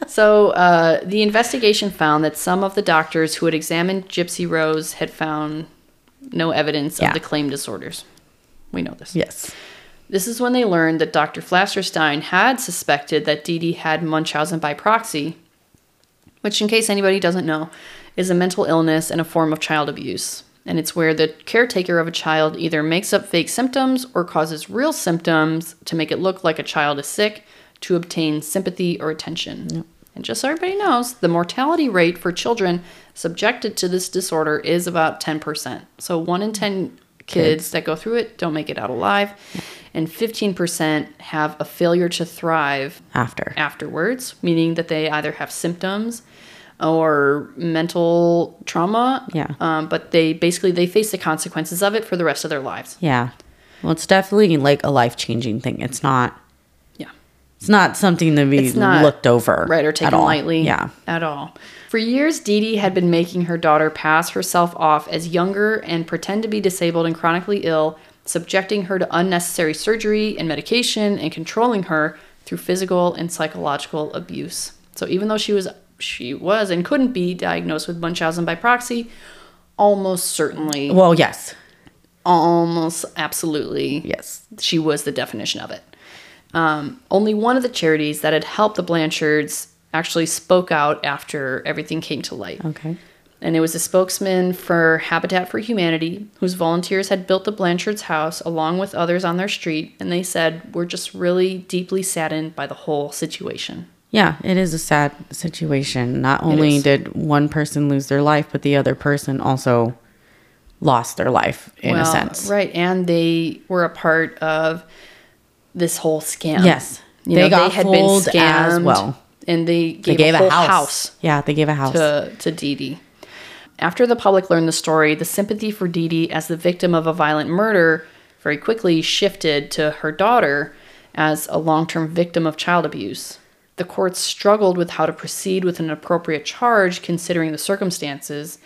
[SPEAKER 1] So uh, the investigation found that some of the doctors who had examined Gypsy Rose had found no evidence
[SPEAKER 2] Yeah.
[SPEAKER 1] of the claimed disorders. We know this.
[SPEAKER 2] yes.
[SPEAKER 1] This is when they learned that Dr. Flasterstein had suspected that Dee Dee had Munchausen by proxy, which, in case anybody doesn't know, is a mental illness and a form of child abuse. And it's where the caretaker of a child either makes up fake symptoms or causes real symptoms to make it look like a child is sick to obtain sympathy or attention. And just so everybody knows, the mortality rate for children subjected to this disorder is about 10%. So one in 10 kids that go through it don't make it out alive, and 15% have a failure to thrive
[SPEAKER 2] After.
[SPEAKER 1] afterwards, meaning that they either have symptoms or mental trauma.
[SPEAKER 2] Yeah.
[SPEAKER 1] Um, but they basically they face the consequences of it for the rest of their lives.
[SPEAKER 2] Yeah. Well, it's definitely like a life changing thing. It's not.
[SPEAKER 1] Yeah.
[SPEAKER 2] It's not something to be
[SPEAKER 1] It's not
[SPEAKER 2] looked over,
[SPEAKER 1] Right, or taken
[SPEAKER 2] at all.
[SPEAKER 1] lightly.
[SPEAKER 2] Yeah.
[SPEAKER 1] At all. For years, Dee Dee had been making her daughter pass herself off as younger and pretend to be disabled and chronically ill, subjecting her to unnecessary surgery and medication and controlling her through physical and psychological abuse. So even though she was she was and couldn't be diagnosed with Munchausen by proxy, almost certainly
[SPEAKER 2] Well, yes,
[SPEAKER 1] almost absolutely
[SPEAKER 2] yes,
[SPEAKER 1] she was the definition of it. Um, only one of the charities that had helped the Blanchards actually spoke out after everything came to light.
[SPEAKER 2] okay,
[SPEAKER 1] And it was a spokesman for Habitat for Humanity, whose volunteers had built the Blanchards' house along with others on their street. And they said, We're just really deeply saddened by the whole situation.
[SPEAKER 2] yeah. It is a sad situation. Not only
[SPEAKER 1] is.
[SPEAKER 2] did one person lose their life, but the other person also lost their life in a
[SPEAKER 1] Well,
[SPEAKER 2] sense.
[SPEAKER 1] Right. And they were a part of this whole scam.
[SPEAKER 2] Yes.
[SPEAKER 1] You
[SPEAKER 2] They
[SPEAKER 1] know,
[SPEAKER 2] got
[SPEAKER 1] they had been
[SPEAKER 2] fooled
[SPEAKER 1] scammed
[SPEAKER 2] as well.
[SPEAKER 1] And they gave,
[SPEAKER 2] They gave
[SPEAKER 1] a,
[SPEAKER 2] a,
[SPEAKER 1] whole
[SPEAKER 2] house.
[SPEAKER 1] house
[SPEAKER 2] Yeah, they gave a house.
[SPEAKER 1] to, to Dee Dee. After the public learned the story, the sympathy for Dee Dee as the victim of a violent murder very quickly shifted to her daughter as a long term victim of child abuse. The courts struggled with how to proceed with an appropriate charge considering the circumstances.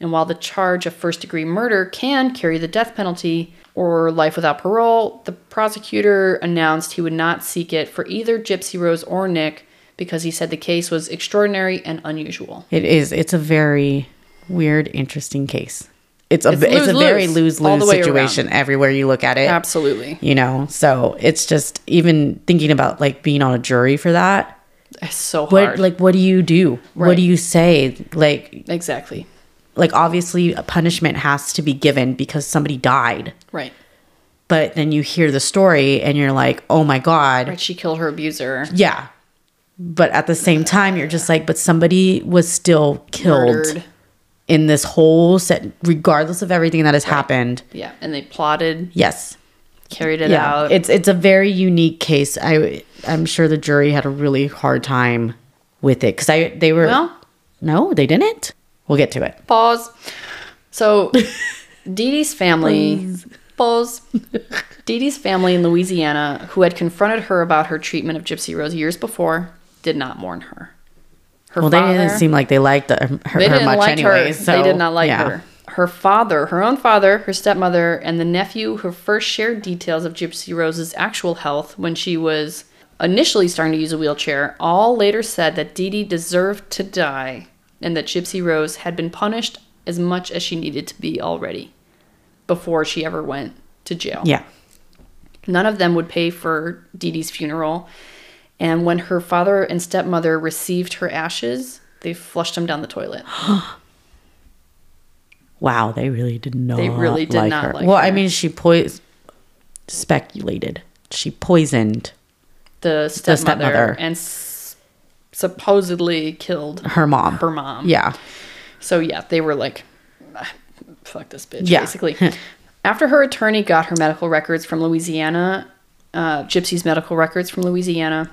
[SPEAKER 1] And while the charge of first degree murder can carry the death penalty or life without parole, the prosecutor announced he would not seek it for either Gypsy Rose or Nick because he said the case was extraordinary and unusual.
[SPEAKER 2] It is. It's a very weird, interesting case. It's a
[SPEAKER 1] It's
[SPEAKER 2] it's a
[SPEAKER 1] lose-lose,
[SPEAKER 2] very lose
[SPEAKER 1] all the
[SPEAKER 2] lose
[SPEAKER 1] way around.
[SPEAKER 2] situation everywhere you look at it.
[SPEAKER 1] Absolutely.
[SPEAKER 2] You know, so it's just even thinking about like being on a jury for that.
[SPEAKER 1] It's so
[SPEAKER 2] What
[SPEAKER 1] hard.
[SPEAKER 2] like what do you do? What
[SPEAKER 1] Right.
[SPEAKER 2] do you say? Like
[SPEAKER 1] exactly.
[SPEAKER 2] like obviously a punishment has to be given because somebody died.
[SPEAKER 1] Right.
[SPEAKER 2] But then you hear the story and you're like, "Oh my god."
[SPEAKER 1] Right. She killed her abuser.
[SPEAKER 2] Yeah. But at the same time you're just like, "But somebody was still killed."
[SPEAKER 1] Murdered.
[SPEAKER 2] in this whole set, regardless of everything that has happened.
[SPEAKER 1] Yeah. And they plotted,
[SPEAKER 2] Yes,
[SPEAKER 1] carried it
[SPEAKER 2] yeah,
[SPEAKER 1] out.
[SPEAKER 2] it's it's a very unique case. I I'm sure the jury had a really hard time with it because I they were
[SPEAKER 1] Well-
[SPEAKER 2] no, they didn't. We'll get to it.
[SPEAKER 1] Pause. So Dee Dee's family. Pause. Dee Dee's family in Louisiana, who had confronted her about her treatment of Gypsy Rose years before, did not mourn her. Her
[SPEAKER 2] Well, they didn't seem like they liked the, her,
[SPEAKER 1] they
[SPEAKER 2] her
[SPEAKER 1] didn't
[SPEAKER 2] much
[SPEAKER 1] like
[SPEAKER 2] anyway.
[SPEAKER 1] her.
[SPEAKER 2] So
[SPEAKER 1] they did not like
[SPEAKER 2] yeah.
[SPEAKER 1] her. her father, her own father, her stepmother, and the nephew who first shared details of Gypsy Rose's actual health when she was initially starting to use a wheelchair, all later said that Dee Dee deserved to die and that Gypsy Rose had been punished as much as she needed to be already before she ever went to jail.
[SPEAKER 2] Yeah.
[SPEAKER 1] None of them would pay for Dee Dee's funeral. And when her father and stepmother received her ashes, they flushed them down the toilet.
[SPEAKER 2] Wow, they really did not.
[SPEAKER 1] They really did
[SPEAKER 2] like
[SPEAKER 1] not
[SPEAKER 2] her.
[SPEAKER 1] like
[SPEAKER 2] Well, I
[SPEAKER 1] her.
[SPEAKER 2] mean, she pois speculated. She poisoned
[SPEAKER 1] The stepmother,
[SPEAKER 2] stepmother.
[SPEAKER 1] and s- supposedly killed
[SPEAKER 2] her mom.
[SPEAKER 1] her mom.
[SPEAKER 2] Yeah.
[SPEAKER 1] So yeah, they were like, "Ah, "Fuck this bitch,"
[SPEAKER 2] Yeah.
[SPEAKER 1] basically. After her attorney got her medical records from Louisiana, uh, Gypsy's medical records from Louisiana,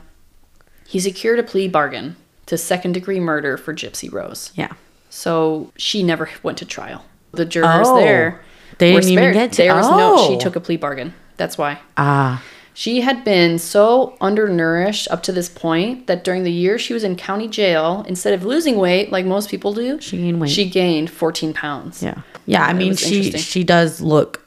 [SPEAKER 1] he secured a plea bargain to second degree murder for Gypsy Rose.
[SPEAKER 2] Yeah.
[SPEAKER 1] So she never went to trial. The jurors
[SPEAKER 2] Oh,
[SPEAKER 1] there,
[SPEAKER 2] they
[SPEAKER 1] were
[SPEAKER 2] didn't even get to-
[SPEAKER 1] There was no. She
[SPEAKER 2] oh.
[SPEAKER 1] took a plea bargain. That's why.
[SPEAKER 2] Ah.
[SPEAKER 1] She had been so undernourished up to this point that during the year she was in county jail, instead of losing weight like most people do,
[SPEAKER 2] She gained weight.
[SPEAKER 1] She gained 14 pounds.
[SPEAKER 2] yeah. Yeah. I
[SPEAKER 1] That
[SPEAKER 2] mean,
[SPEAKER 1] was
[SPEAKER 2] she
[SPEAKER 1] interesting.
[SPEAKER 2] she does look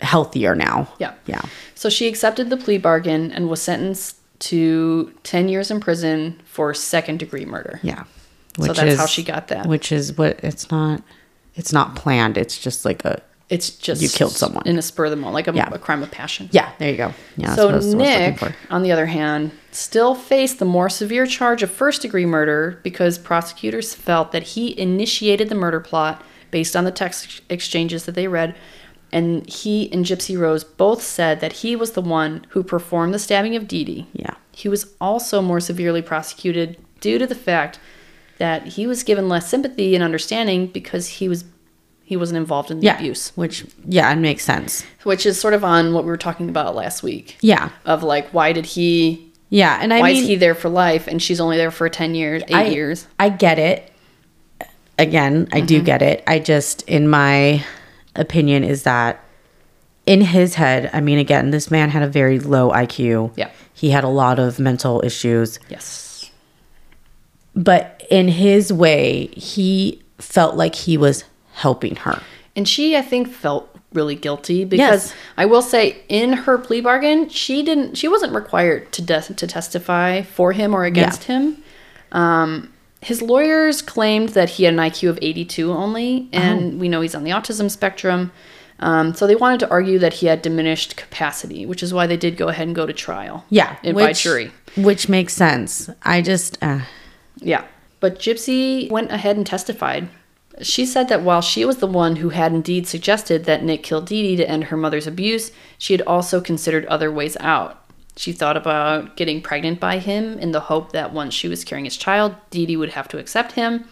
[SPEAKER 2] healthier now.
[SPEAKER 1] Yeah.
[SPEAKER 2] Yeah.
[SPEAKER 1] So she accepted the plea bargain and was sentenced to 10 years in prison for second degree murder.
[SPEAKER 2] Yeah.
[SPEAKER 1] So that's how she got that.
[SPEAKER 2] Which is what it's not. It's not planned. It's just like a.
[SPEAKER 1] It's just
[SPEAKER 2] You killed someone.
[SPEAKER 1] in a spur of the moment, like a,
[SPEAKER 2] Yeah.
[SPEAKER 1] a crime of passion.
[SPEAKER 2] Yeah. There you go. Yeah. that's what I
[SPEAKER 1] So
[SPEAKER 2] was- what I was looking
[SPEAKER 1] Nick,
[SPEAKER 2] for.
[SPEAKER 1] on the other hand, still faced the more severe charge of first degree murder because prosecutors felt that he initiated the murder plot based on the text exchanges that they read. And he and Gypsy Rose both said that he was the one who performed the stabbing of Dee Dee.
[SPEAKER 2] Yeah.
[SPEAKER 1] He was also more severely prosecuted due to the fact that he was given less sympathy and understanding because he was he wasn't involved in the
[SPEAKER 2] Yeah.
[SPEAKER 1] abuse,
[SPEAKER 2] Which yeah, it makes sense.
[SPEAKER 1] which is sort of on what we were talking about last week
[SPEAKER 2] Yeah.
[SPEAKER 1] of like why did he
[SPEAKER 2] Yeah. And I
[SPEAKER 1] why
[SPEAKER 2] mean,
[SPEAKER 1] is he there for life and she's only there for 10 years 8
[SPEAKER 2] I,
[SPEAKER 1] years Mm-hmm.
[SPEAKER 2] I get it. Again, I do get it. I just, in my opinion, is that in his head, I mean, again, this man had a very low IQ.
[SPEAKER 1] Yeah.
[SPEAKER 2] He had a lot of mental issues.
[SPEAKER 1] yes
[SPEAKER 2] But in his way, he felt like he was helping her.
[SPEAKER 1] and she i think felt really guilty because
[SPEAKER 2] Yes.
[SPEAKER 1] i will say in her plea bargain she didn't she wasn't required to des to testify for him or against him um his lawyers claimed that he had an IQ of 82 only,
[SPEAKER 2] Oh.
[SPEAKER 1] and we know he's on the autism spectrum. Um, so they wanted to argue that he had diminished capacity, which is why they did go ahead and go to trial.
[SPEAKER 2] Yeah.
[SPEAKER 1] and by
[SPEAKER 2] which-
[SPEAKER 1] jury.
[SPEAKER 2] Which makes sense. I just, uh,
[SPEAKER 1] Yeah. But Gypsy went ahead and testified. She said that while she was the one who had indeed suggested that Nick kill Dee Dee to end her mother's abuse, she had also considered other ways out. She thought about getting pregnant by him in the hope that once she was carrying his child, Dee Dee would have to accept him.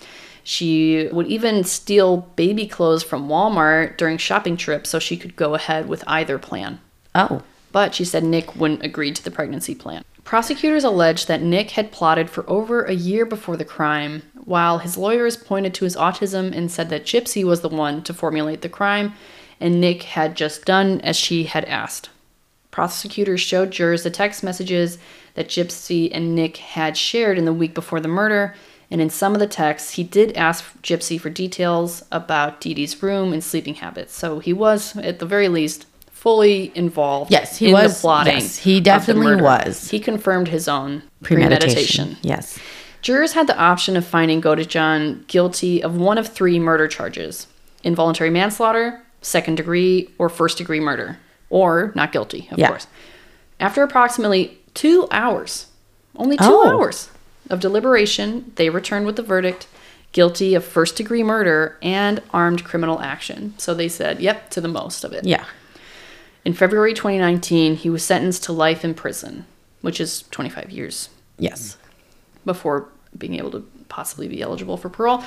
[SPEAKER 1] She would even steal baby clothes from Walmart during shopping trips so she could go ahead with either plan
[SPEAKER 2] oh,
[SPEAKER 1] but she said Nick wouldn't agree to the pregnancy plan. Prosecutors alleged that Nick had plotted for over a year before the crime, while his lawyers pointed to his autism and said that Gypsy was the one to formulate the crime, and Nick had just done as she had asked. Prosecutors showed jurors the text messages that Gypsy and Nick had shared in the week before the murder, and in some of the texts, he did ask Gypsy for details about Dee Dee's room and sleeping habits. So he was, at the very least, fully involved.
[SPEAKER 2] Yes, he
[SPEAKER 1] in
[SPEAKER 2] was. Yes,
[SPEAKER 1] of
[SPEAKER 2] he
[SPEAKER 1] the
[SPEAKER 2] definitely
[SPEAKER 1] murder.
[SPEAKER 2] was.
[SPEAKER 1] He confirmed his own
[SPEAKER 2] premeditation.
[SPEAKER 1] premeditation.
[SPEAKER 2] Yes.
[SPEAKER 1] Jurors had the option of finding Godejan guilty of one of three murder charges involuntary manslaughter, second degree, or first degree murder, or not guilty, of
[SPEAKER 2] Yeah.
[SPEAKER 1] course. After approximately two hours, only two
[SPEAKER 2] Oh.
[SPEAKER 1] hours of deliberation, they returned with the verdict guilty of first degree murder and armed criminal action. So they said, yep, to the most of it.
[SPEAKER 2] Yeah.
[SPEAKER 1] In February 2019, he was sentenced to life in prison, which is 25 years
[SPEAKER 2] Yes.
[SPEAKER 1] before being able to possibly be eligible for parole.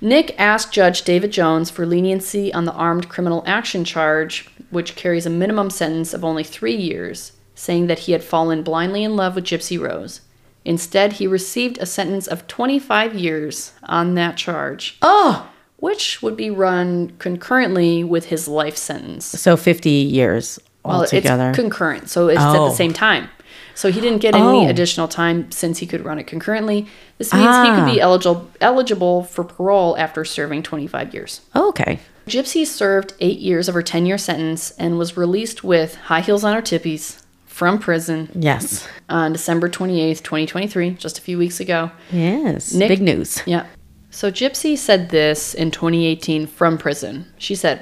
[SPEAKER 1] Nick asked Judge David Jones for leniency on the armed criminal action charge, which carries a minimum sentence of only three years, saying that he had fallen blindly in love with Gypsy Rose. Instead, he received a sentence of 25 years on that charge,
[SPEAKER 2] Oh,
[SPEAKER 1] which would be run concurrently with his life sentence.
[SPEAKER 2] so 50 years
[SPEAKER 1] Well,
[SPEAKER 2] altogether.
[SPEAKER 1] it's concurrent, so it's at
[SPEAKER 2] Oh.
[SPEAKER 1] the same time. So he didn't get
[SPEAKER 2] Oh.
[SPEAKER 1] any additional time since he could run it concurrently. This means he
[SPEAKER 2] Ah.
[SPEAKER 1] could be eligible eligible for parole after serving 25 years.
[SPEAKER 2] Oh, okay.
[SPEAKER 1] Gypsy served eight years of her 10 year sentence and was released with high heels on her tippies from prison
[SPEAKER 2] Yes.
[SPEAKER 1] on December 28th, 2023, just a few weeks ago.
[SPEAKER 2] Yes.
[SPEAKER 1] Nick-
[SPEAKER 2] Big news.
[SPEAKER 1] Yeah. So Gypsy said this in 2018 from prison. She said,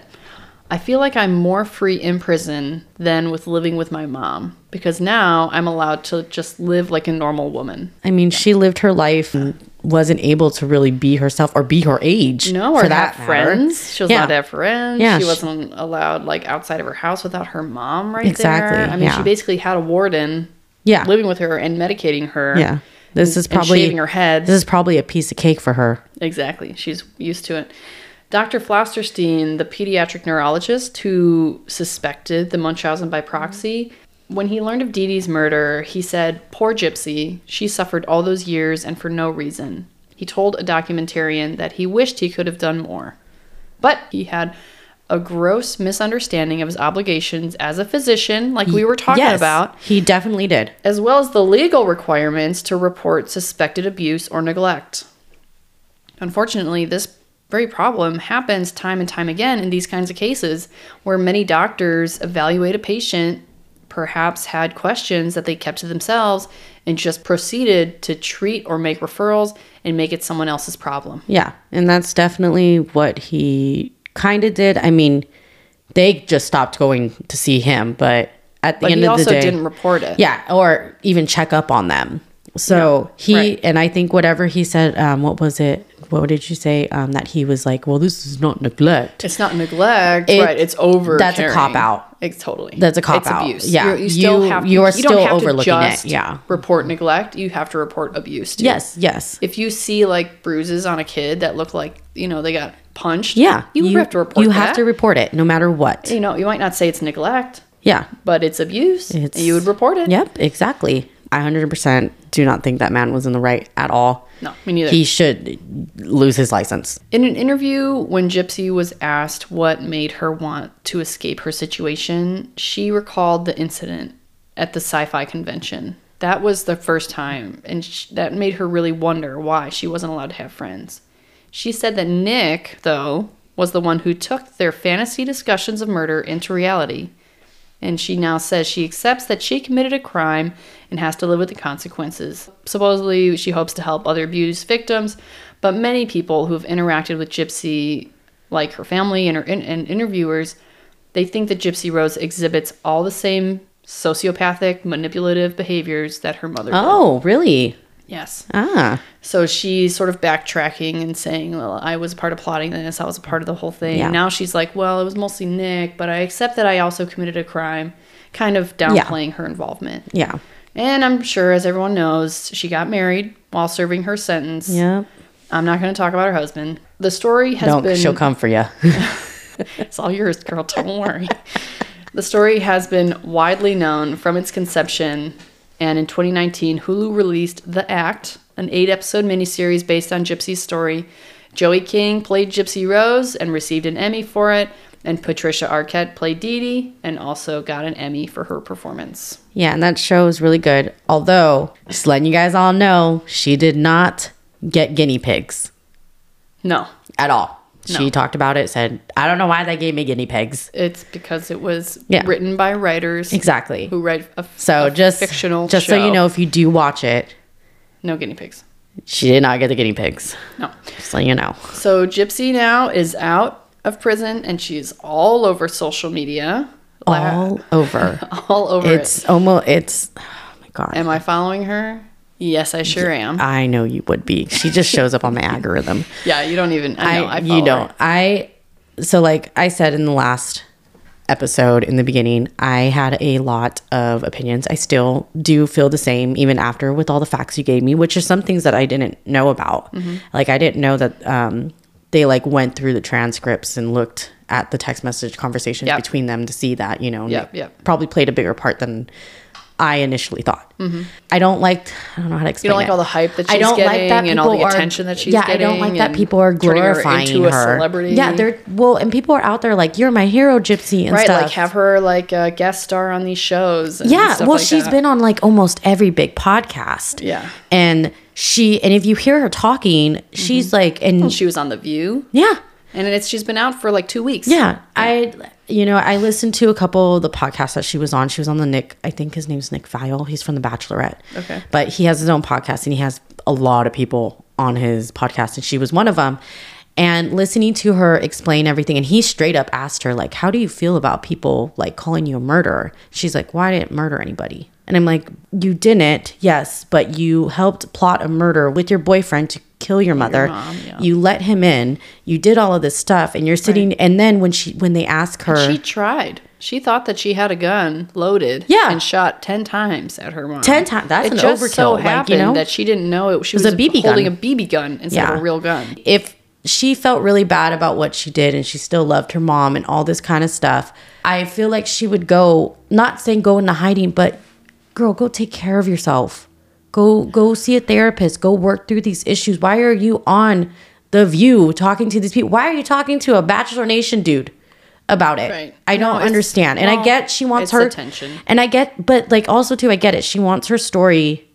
[SPEAKER 1] I feel like I'm more free in prison than with living with my mom because now I'm allowed to just live like a normal woman.
[SPEAKER 2] I mean, she lived her life and wasn't able to really be herself or be her age.
[SPEAKER 1] No, or
[SPEAKER 2] for
[SPEAKER 1] that
[SPEAKER 2] matter.
[SPEAKER 1] friends. She was
[SPEAKER 2] Yeah.
[SPEAKER 1] allowed to have friends.
[SPEAKER 2] Yeah,
[SPEAKER 1] she
[SPEAKER 2] she-
[SPEAKER 1] wasn't allowed like outside of her house without her mom right
[SPEAKER 2] Exactly,
[SPEAKER 1] there. I mean,
[SPEAKER 2] yeah.
[SPEAKER 1] she basically had a warden
[SPEAKER 2] Yeah.
[SPEAKER 1] living with her and medicating her.
[SPEAKER 2] Yeah. This is
[SPEAKER 1] and
[SPEAKER 2] probably
[SPEAKER 1] shaving her head.
[SPEAKER 2] This is probably a piece of cake for her.
[SPEAKER 1] Exactly. She's used to it. Dr. Flosterstein, the pediatric neurologist who suspected the Munchausen by proxy, when he learned of Dee Dee's murder, he said, Poor Gypsy, she suffered all those years and for no reason. He told a documentarian that he wished he could have done more. But he had a gross misunderstanding of his obligations as a physician, like we were talking
[SPEAKER 2] Yes,
[SPEAKER 1] about,
[SPEAKER 2] He definitely did.
[SPEAKER 1] as well as the legal requirements to report suspected abuse or neglect. Unfortunately, this very problem happens time and time again in these kinds of cases where many doctors evaluate a patient, perhaps had questions that they kept to themselves, and just proceeded to treat or make referrals and make it someone else's problem.
[SPEAKER 2] Yeah. And that's definitely what he kind of did. I mean, they just stopped going to see him, but at the
[SPEAKER 1] But
[SPEAKER 2] end
[SPEAKER 1] he
[SPEAKER 2] of the
[SPEAKER 1] also
[SPEAKER 2] day,
[SPEAKER 1] didn't report it.
[SPEAKER 2] Yeah, or even check up on them. So he
[SPEAKER 1] right.
[SPEAKER 2] and I think whatever he said, um, what was it? What did you say? Um, that he was like, well, this is not neglect.
[SPEAKER 1] It's not neglect,
[SPEAKER 2] It-
[SPEAKER 1] right? It's over.
[SPEAKER 2] that's a cop-out.
[SPEAKER 1] It's totally.
[SPEAKER 2] That's a
[SPEAKER 1] It's
[SPEAKER 2] cop-out.
[SPEAKER 1] abuse.
[SPEAKER 2] Yeah.
[SPEAKER 1] You're- you still
[SPEAKER 2] You-
[SPEAKER 1] have.
[SPEAKER 2] you are
[SPEAKER 1] don't
[SPEAKER 2] still
[SPEAKER 1] have to
[SPEAKER 2] overlooking it.
[SPEAKER 1] just
[SPEAKER 2] Yeah.
[SPEAKER 1] Report neglect. You have to report abuse. Too.
[SPEAKER 2] Yes, yes.
[SPEAKER 1] If you see like bruises on a kid that look like you know they got punched.
[SPEAKER 2] Yeah,
[SPEAKER 1] You, have to report.
[SPEAKER 2] You
[SPEAKER 1] that.
[SPEAKER 2] have to report it, no matter what.
[SPEAKER 1] you know you might not say it's neglect,
[SPEAKER 2] Yeah.
[SPEAKER 1] but it's abuse.
[SPEAKER 2] It's-
[SPEAKER 1] and you would report it.
[SPEAKER 2] Yep, exactly. I 100% do not think that man was in the right at all.
[SPEAKER 1] No, me neither.
[SPEAKER 2] He should lose his license.
[SPEAKER 1] In an interview, when Gypsy was asked what made her want to escape her situation, she recalled the incident at the sci fi convention. That was the first time, and sh- that made her really wonder why she wasn't allowed to have friends. She said that Nick, though, was the one who took their fantasy discussions of murder into reality. And she now says she accepts that she committed a crime and has to live with the consequences. Supposedly, she hopes to help other abused victims, but many people who have interacted with Gypsy, like her family and her in- and interviewers, they think that Gypsy Rose exhibits all the same sociopathic, manipulative behaviors that her mother. did.
[SPEAKER 2] Oh, really?
[SPEAKER 1] Yes.
[SPEAKER 2] Ah,
[SPEAKER 1] So she's sort of backtracking and saying, Well, I was a part of plotting this, I was a part of the whole thing.
[SPEAKER 2] Yeah.
[SPEAKER 1] Now she's like, Well, it was mostly Nick, but I accept that I also committed a crime, kind of downplaying her involvement.
[SPEAKER 2] yeah.
[SPEAKER 1] And I'm sure, as everyone knows, she got married while serving her sentence.
[SPEAKER 2] Yep.
[SPEAKER 1] I'm not going to talk about her husband. The story has
[SPEAKER 2] Don't,
[SPEAKER 1] been.
[SPEAKER 2] she'll come for you.
[SPEAKER 1] It's all yours, girl. Don't worry. the story has been widely known from its conception, and in 2019, Hulu released The Act, an eight episode miniseries based on Gypsy's story. Joey King played Gypsy Rose and received an Emmy for it, and Patricia Arquette played Dee Dee and also got an Emmy for her performance.
[SPEAKER 2] Yeah, and that show is really good. Although, just letting you guys all know, she did not get guinea pigs
[SPEAKER 1] No,
[SPEAKER 2] at all.
[SPEAKER 1] No.
[SPEAKER 2] She talked about it, said, I don't know why they gave me guinea pigs.
[SPEAKER 1] it's because it was
[SPEAKER 2] Yeah.
[SPEAKER 1] written by writers
[SPEAKER 2] Exactly.
[SPEAKER 1] who write a,
[SPEAKER 2] so
[SPEAKER 1] a
[SPEAKER 2] just
[SPEAKER 1] fictional
[SPEAKER 2] just so you
[SPEAKER 1] show.
[SPEAKER 2] know, if you do watch it,
[SPEAKER 1] no guinea pigs.
[SPEAKER 2] she did not get the guinea pigs.
[SPEAKER 1] No.
[SPEAKER 2] Just letting you know.
[SPEAKER 1] So Gypsy now is out of prison and she's all over social media. La-
[SPEAKER 2] All over.
[SPEAKER 1] all over it.
[SPEAKER 2] it's almost it's oh my god.
[SPEAKER 1] Am I following her? Yes, I sure am.
[SPEAKER 2] I know you would be. She just shows up on my algorithm.
[SPEAKER 1] Yeah, you don't even. I know. I, follow
[SPEAKER 2] you don't.
[SPEAKER 1] her.
[SPEAKER 2] I so like I said in the last episode in the beginning, I had a lot of opinions. I still do feel the same even after with all the facts you gave me, which are some things that I didn't know about.
[SPEAKER 1] Mm-hmm.
[SPEAKER 2] Like I didn't know that um they like went through the transcripts and looked at the text message conversations
[SPEAKER 1] Yep.
[SPEAKER 2] between them to see that, you know,
[SPEAKER 1] Yep,
[SPEAKER 2] Nick
[SPEAKER 1] yep.
[SPEAKER 2] probably played a bigger part than I initially thought.
[SPEAKER 1] Mm-hmm.
[SPEAKER 2] I don't like. I don't know how to explain.
[SPEAKER 1] You don't like
[SPEAKER 2] it.
[SPEAKER 1] all the hype that she's
[SPEAKER 2] I don't like that
[SPEAKER 1] getting and all
[SPEAKER 2] people
[SPEAKER 1] the
[SPEAKER 2] are-
[SPEAKER 1] attention that she's
[SPEAKER 2] yeah,
[SPEAKER 1] getting.
[SPEAKER 2] I don't like that
[SPEAKER 1] and
[SPEAKER 2] people are
[SPEAKER 1] turning her
[SPEAKER 2] glorifying
[SPEAKER 1] into a celebrity.
[SPEAKER 2] Yeah, they're well, and people are out there like you're my hero, gypsy, and
[SPEAKER 1] right.
[SPEAKER 2] stuff.
[SPEAKER 1] Like have her like uh, guest star on these shows. And
[SPEAKER 2] yeah,
[SPEAKER 1] stuff
[SPEAKER 2] well,
[SPEAKER 1] like
[SPEAKER 2] she's
[SPEAKER 1] that.
[SPEAKER 2] been on like almost every big podcast.
[SPEAKER 1] Yeah.
[SPEAKER 2] and she and if you hear her talking, she's
[SPEAKER 1] Mm-hmm.
[SPEAKER 2] like, and
[SPEAKER 1] She was on The View,
[SPEAKER 2] yeah,
[SPEAKER 1] and it's she's been out for like two weeks.
[SPEAKER 2] Yeah, I you know I listened to a couple of the podcasts that she was on. She was on the Nick. I think his name's Nick File. He's from The Bachelorette.
[SPEAKER 1] Okay.
[SPEAKER 2] but he has his own podcast and he has a lot of people on his podcast, and she was one of them. And listening to her explain everything, and he straight up asked her like, "How do you feel about people like calling you a murderer?" She's like, "Why didn't murder anybody?" And I'm like, "You didn't, yes, but you helped plot a murder with your boyfriend to kill your mother.
[SPEAKER 1] mom, yeah.
[SPEAKER 2] You let him in. You did all of this stuff, and you're sitting. And then when she when they ask her,
[SPEAKER 1] She tried. She thought that she had a gun loaded.
[SPEAKER 2] Yeah.
[SPEAKER 1] and shot ten times at her mom.
[SPEAKER 2] 10 times- that's
[SPEAKER 1] it
[SPEAKER 2] an
[SPEAKER 1] just So
[SPEAKER 2] overkill, like, you
[SPEAKER 1] happened
[SPEAKER 2] know?
[SPEAKER 1] that she didn't know it. She was,
[SPEAKER 2] was a BB
[SPEAKER 1] holding
[SPEAKER 2] gun.
[SPEAKER 1] a BB gun instead of a real gun.
[SPEAKER 2] If she felt really bad about what she did and she still loved her mom and all this kind of stuff, I feel like she would go, not saying go into hiding, but girl, go take care of yourself. Go go see a therapist. Go work through these issues. Why are you on the view talking to these people? Why are you talking to a Bachelor Nation dude about it?
[SPEAKER 1] Right.
[SPEAKER 2] I
[SPEAKER 1] No,
[SPEAKER 2] don't
[SPEAKER 1] it's-
[SPEAKER 2] understand. And I
[SPEAKER 1] well,
[SPEAKER 2] get she
[SPEAKER 1] it's
[SPEAKER 2] wants her
[SPEAKER 1] attention.
[SPEAKER 2] And I get but like also too I get it. She wants her story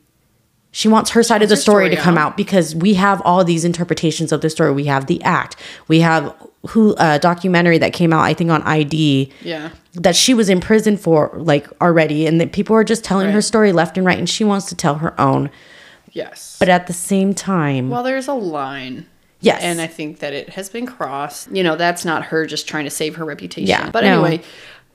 [SPEAKER 2] she wants her side of the
[SPEAKER 1] her
[SPEAKER 2] story,
[SPEAKER 1] story
[SPEAKER 2] to come
[SPEAKER 1] out.
[SPEAKER 2] out. because we have all these interpretations of the story. We have the act. We have who a documentary that came out I think on ID
[SPEAKER 1] Yeah.
[SPEAKER 2] that she was in prison for like already and that people are just telling her
[SPEAKER 1] Right.
[SPEAKER 2] story left and right and she wants to tell her own.
[SPEAKER 1] Yes.
[SPEAKER 2] But at the same time,
[SPEAKER 1] Well, there's a line.
[SPEAKER 2] Yes.
[SPEAKER 1] And I think that it has been crossed. You know, that's not her just trying to save her reputation.
[SPEAKER 2] Yeah,
[SPEAKER 1] But
[SPEAKER 2] no.
[SPEAKER 1] anyway,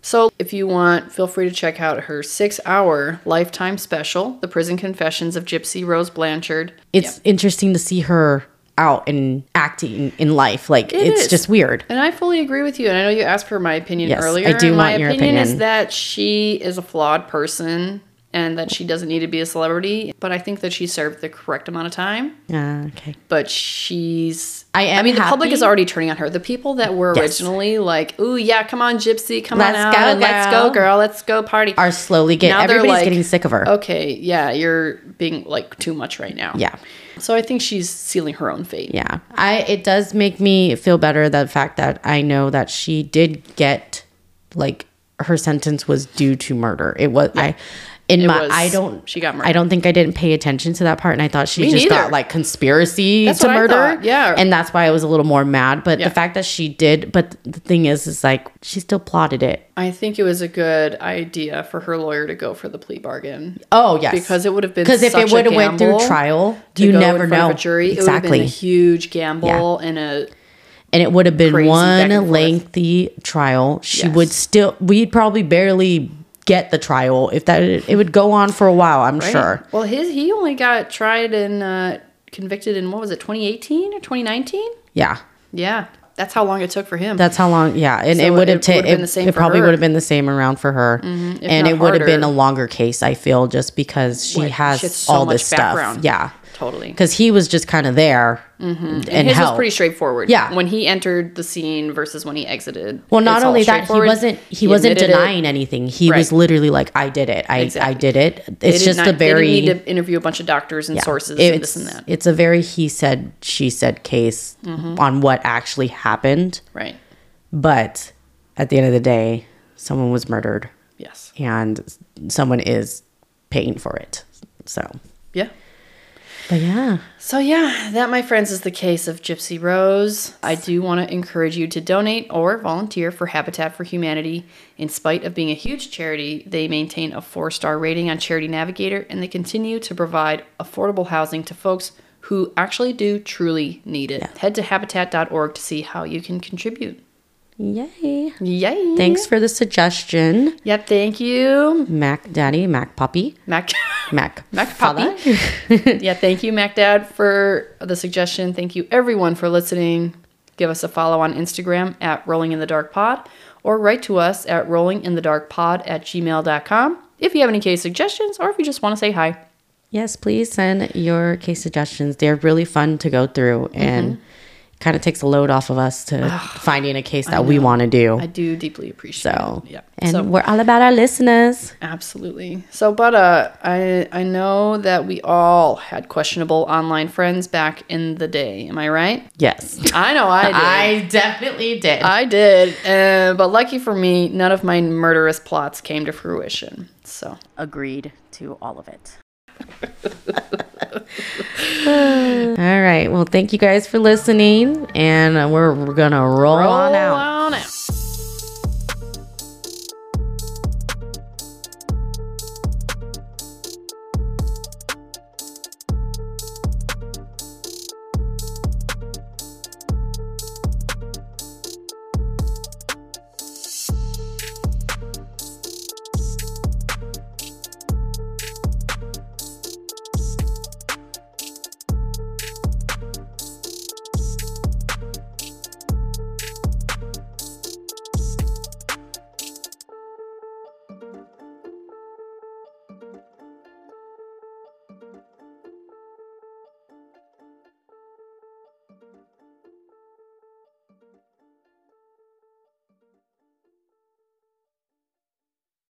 [SPEAKER 1] so if you want, feel free to check out her six hour lifetime special, The Prison Confessions of Gypsy Rose Blanchard.
[SPEAKER 2] it's interesting to see her out and acting in life. Like it's
[SPEAKER 1] is.
[SPEAKER 2] just weird.
[SPEAKER 1] And I fully agree with you. And I know you asked for my opinion
[SPEAKER 2] Yes, I
[SPEAKER 1] earlier.
[SPEAKER 2] do
[SPEAKER 1] and my
[SPEAKER 2] want your
[SPEAKER 1] is
[SPEAKER 2] opinion.
[SPEAKER 1] that she is a flawed person and that she doesn't need to be a celebrity. But I think that she served the correct amount of time.
[SPEAKER 2] Yeah, Ah, okay.
[SPEAKER 1] but she's
[SPEAKER 2] I am
[SPEAKER 1] I mean the public
[SPEAKER 2] happy.
[SPEAKER 1] is already turning on her. The people that were
[SPEAKER 2] Yes.
[SPEAKER 1] originally like, "Ooh, yeah, come on gypsy, come
[SPEAKER 2] Let's
[SPEAKER 1] on out
[SPEAKER 2] go,
[SPEAKER 1] and let's go
[SPEAKER 2] girl."
[SPEAKER 1] girl, let's go party."
[SPEAKER 2] Are slowly getting
[SPEAKER 1] Now they're
[SPEAKER 2] everybody's
[SPEAKER 1] like,
[SPEAKER 2] getting sick of her.
[SPEAKER 1] Okay, yeah, you're being like too much right now.
[SPEAKER 2] Yeah.
[SPEAKER 1] So I think she's sealing her own fate.
[SPEAKER 2] Yeah. I it does make me feel better the fact that I know that she did get like her sentence was due to murder. It was I in my
[SPEAKER 1] was-
[SPEAKER 2] I don't
[SPEAKER 1] she got
[SPEAKER 2] I don't think I didn't pay attention to that part and I thought she
[SPEAKER 1] Me
[SPEAKER 2] just
[SPEAKER 1] neither.
[SPEAKER 2] got like conspiracy
[SPEAKER 1] That's
[SPEAKER 2] to
[SPEAKER 1] what I
[SPEAKER 2] murder.
[SPEAKER 1] thought, yeah.
[SPEAKER 2] And that's why I was a little more mad, but
[SPEAKER 1] Yeah.
[SPEAKER 2] the fact that she did but the thing is is like she still plotted it.
[SPEAKER 1] I think it was a good idea for her lawyer to go for the plea bargain.
[SPEAKER 2] Oh, yes.
[SPEAKER 1] Because it would have been
[SPEAKER 2] Because if
[SPEAKER 1] such
[SPEAKER 2] it
[SPEAKER 1] a
[SPEAKER 2] would have went through
[SPEAKER 1] gamble
[SPEAKER 2] trial,
[SPEAKER 1] to
[SPEAKER 2] you
[SPEAKER 1] go in
[SPEAKER 2] never
[SPEAKER 1] front of
[SPEAKER 2] know
[SPEAKER 1] a jury, it would have
[SPEAKER 2] exactly,
[SPEAKER 1] been a huge gamble and a
[SPEAKER 2] and it would have been
[SPEAKER 1] crazy back and
[SPEAKER 2] one
[SPEAKER 1] forth.
[SPEAKER 2] lengthy trial. She
[SPEAKER 1] Yes.
[SPEAKER 2] would still, we'd probably barely get the trial if that. It would go on for a while, I'm
[SPEAKER 1] Right.
[SPEAKER 2] sure.
[SPEAKER 1] Well, his he only got tried and uh, convicted in what was it, 2018 or 2019?
[SPEAKER 2] Yeah,
[SPEAKER 1] Yeah, that's how long it took for him.
[SPEAKER 2] that's how long. Yeah, and
[SPEAKER 1] So
[SPEAKER 2] it would
[SPEAKER 1] it
[SPEAKER 2] have taken.
[SPEAKER 1] would've
[SPEAKER 2] It,
[SPEAKER 1] been the same
[SPEAKER 2] it
[SPEAKER 1] for
[SPEAKER 2] probably
[SPEAKER 1] her. Mm-hmm.
[SPEAKER 2] would have been the same around for her,
[SPEAKER 1] if
[SPEAKER 2] and
[SPEAKER 1] not
[SPEAKER 2] it would have been a
[SPEAKER 1] harder.
[SPEAKER 2] longer case. I feel just because she
[SPEAKER 1] Right.
[SPEAKER 2] has
[SPEAKER 1] She has so
[SPEAKER 2] all
[SPEAKER 1] much
[SPEAKER 2] this
[SPEAKER 1] background.
[SPEAKER 2] stuff. Yeah,
[SPEAKER 1] totally.
[SPEAKER 2] because he was just kind of there and,
[SPEAKER 1] And his was
[SPEAKER 2] helped.
[SPEAKER 1] pretty straightforward.
[SPEAKER 2] Yeah.
[SPEAKER 1] when he entered the scene versus when he exited.
[SPEAKER 2] Well, not
[SPEAKER 1] it's all
[SPEAKER 2] only that, he
[SPEAKER 1] straightforward.
[SPEAKER 2] wasn't he, wasn't
[SPEAKER 1] admitted it.
[SPEAKER 2] denying anything. He was
[SPEAKER 1] Right.
[SPEAKER 2] literally like, "I did it. I
[SPEAKER 1] Exactly.
[SPEAKER 2] I did it."
[SPEAKER 1] They
[SPEAKER 2] It's
[SPEAKER 1] did
[SPEAKER 2] just
[SPEAKER 1] not-
[SPEAKER 2] a very
[SPEAKER 1] They didn't need to interview a bunch of doctors and
[SPEAKER 2] Yeah.
[SPEAKER 1] sources and this and that. Mm-hmm.
[SPEAKER 2] It's a very he said, she said case on what actually happened.
[SPEAKER 1] Right.
[SPEAKER 2] But at the end of the day, someone was murdered
[SPEAKER 1] Yes.
[SPEAKER 2] and someone is paying for it. So,
[SPEAKER 1] Yeah.
[SPEAKER 2] but yeah.
[SPEAKER 1] So, yeah, that, my friends, is the case of Gypsy Rose. I do want to encourage you to donate or volunteer for Habitat for Humanity. In spite of being a huge charity, they maintain a four star rating on Charity Navigator and they continue to provide affordable housing to folks who actually do truly need it. Head to habitat.org to see how you can contribute.
[SPEAKER 2] Yay.
[SPEAKER 1] Yay!
[SPEAKER 2] Thanks for the suggestion,
[SPEAKER 1] Yep, thank you,
[SPEAKER 2] Mac Daddy, Mac Puppy,
[SPEAKER 1] Mac.
[SPEAKER 2] Mac.
[SPEAKER 1] Mac Poppy. yeah, thank you, Mac Dad, for the suggestion. Thank you, everyone, for listening. Give us a follow on Instagram at Rolling in the Dark Pod or write to us at rollinginthedarkpod at gmail.com if you have any case suggestions or if you just want to say hi.
[SPEAKER 2] Yes, please send your case suggestions. They're really fun to go through and kind of takes the load off of us to finding a case that we want to do.
[SPEAKER 1] I do deeply appreciate
[SPEAKER 2] Oh. So,
[SPEAKER 1] it. Yep.
[SPEAKER 2] and
[SPEAKER 1] so
[SPEAKER 2] we're all about our listeners.
[SPEAKER 1] Absolutely. So, but uh, I I know that we all had questionable online friends back in the day. Am I right?
[SPEAKER 2] Yes.
[SPEAKER 1] I know I did. I,
[SPEAKER 2] definitely did.
[SPEAKER 1] did. Uh, but lucky for me, none of my murderous plots came to fruition. So,
[SPEAKER 2] agreed to all of it. all right. Well, thank you guys for listening, and we're, we're gonna roll, on out.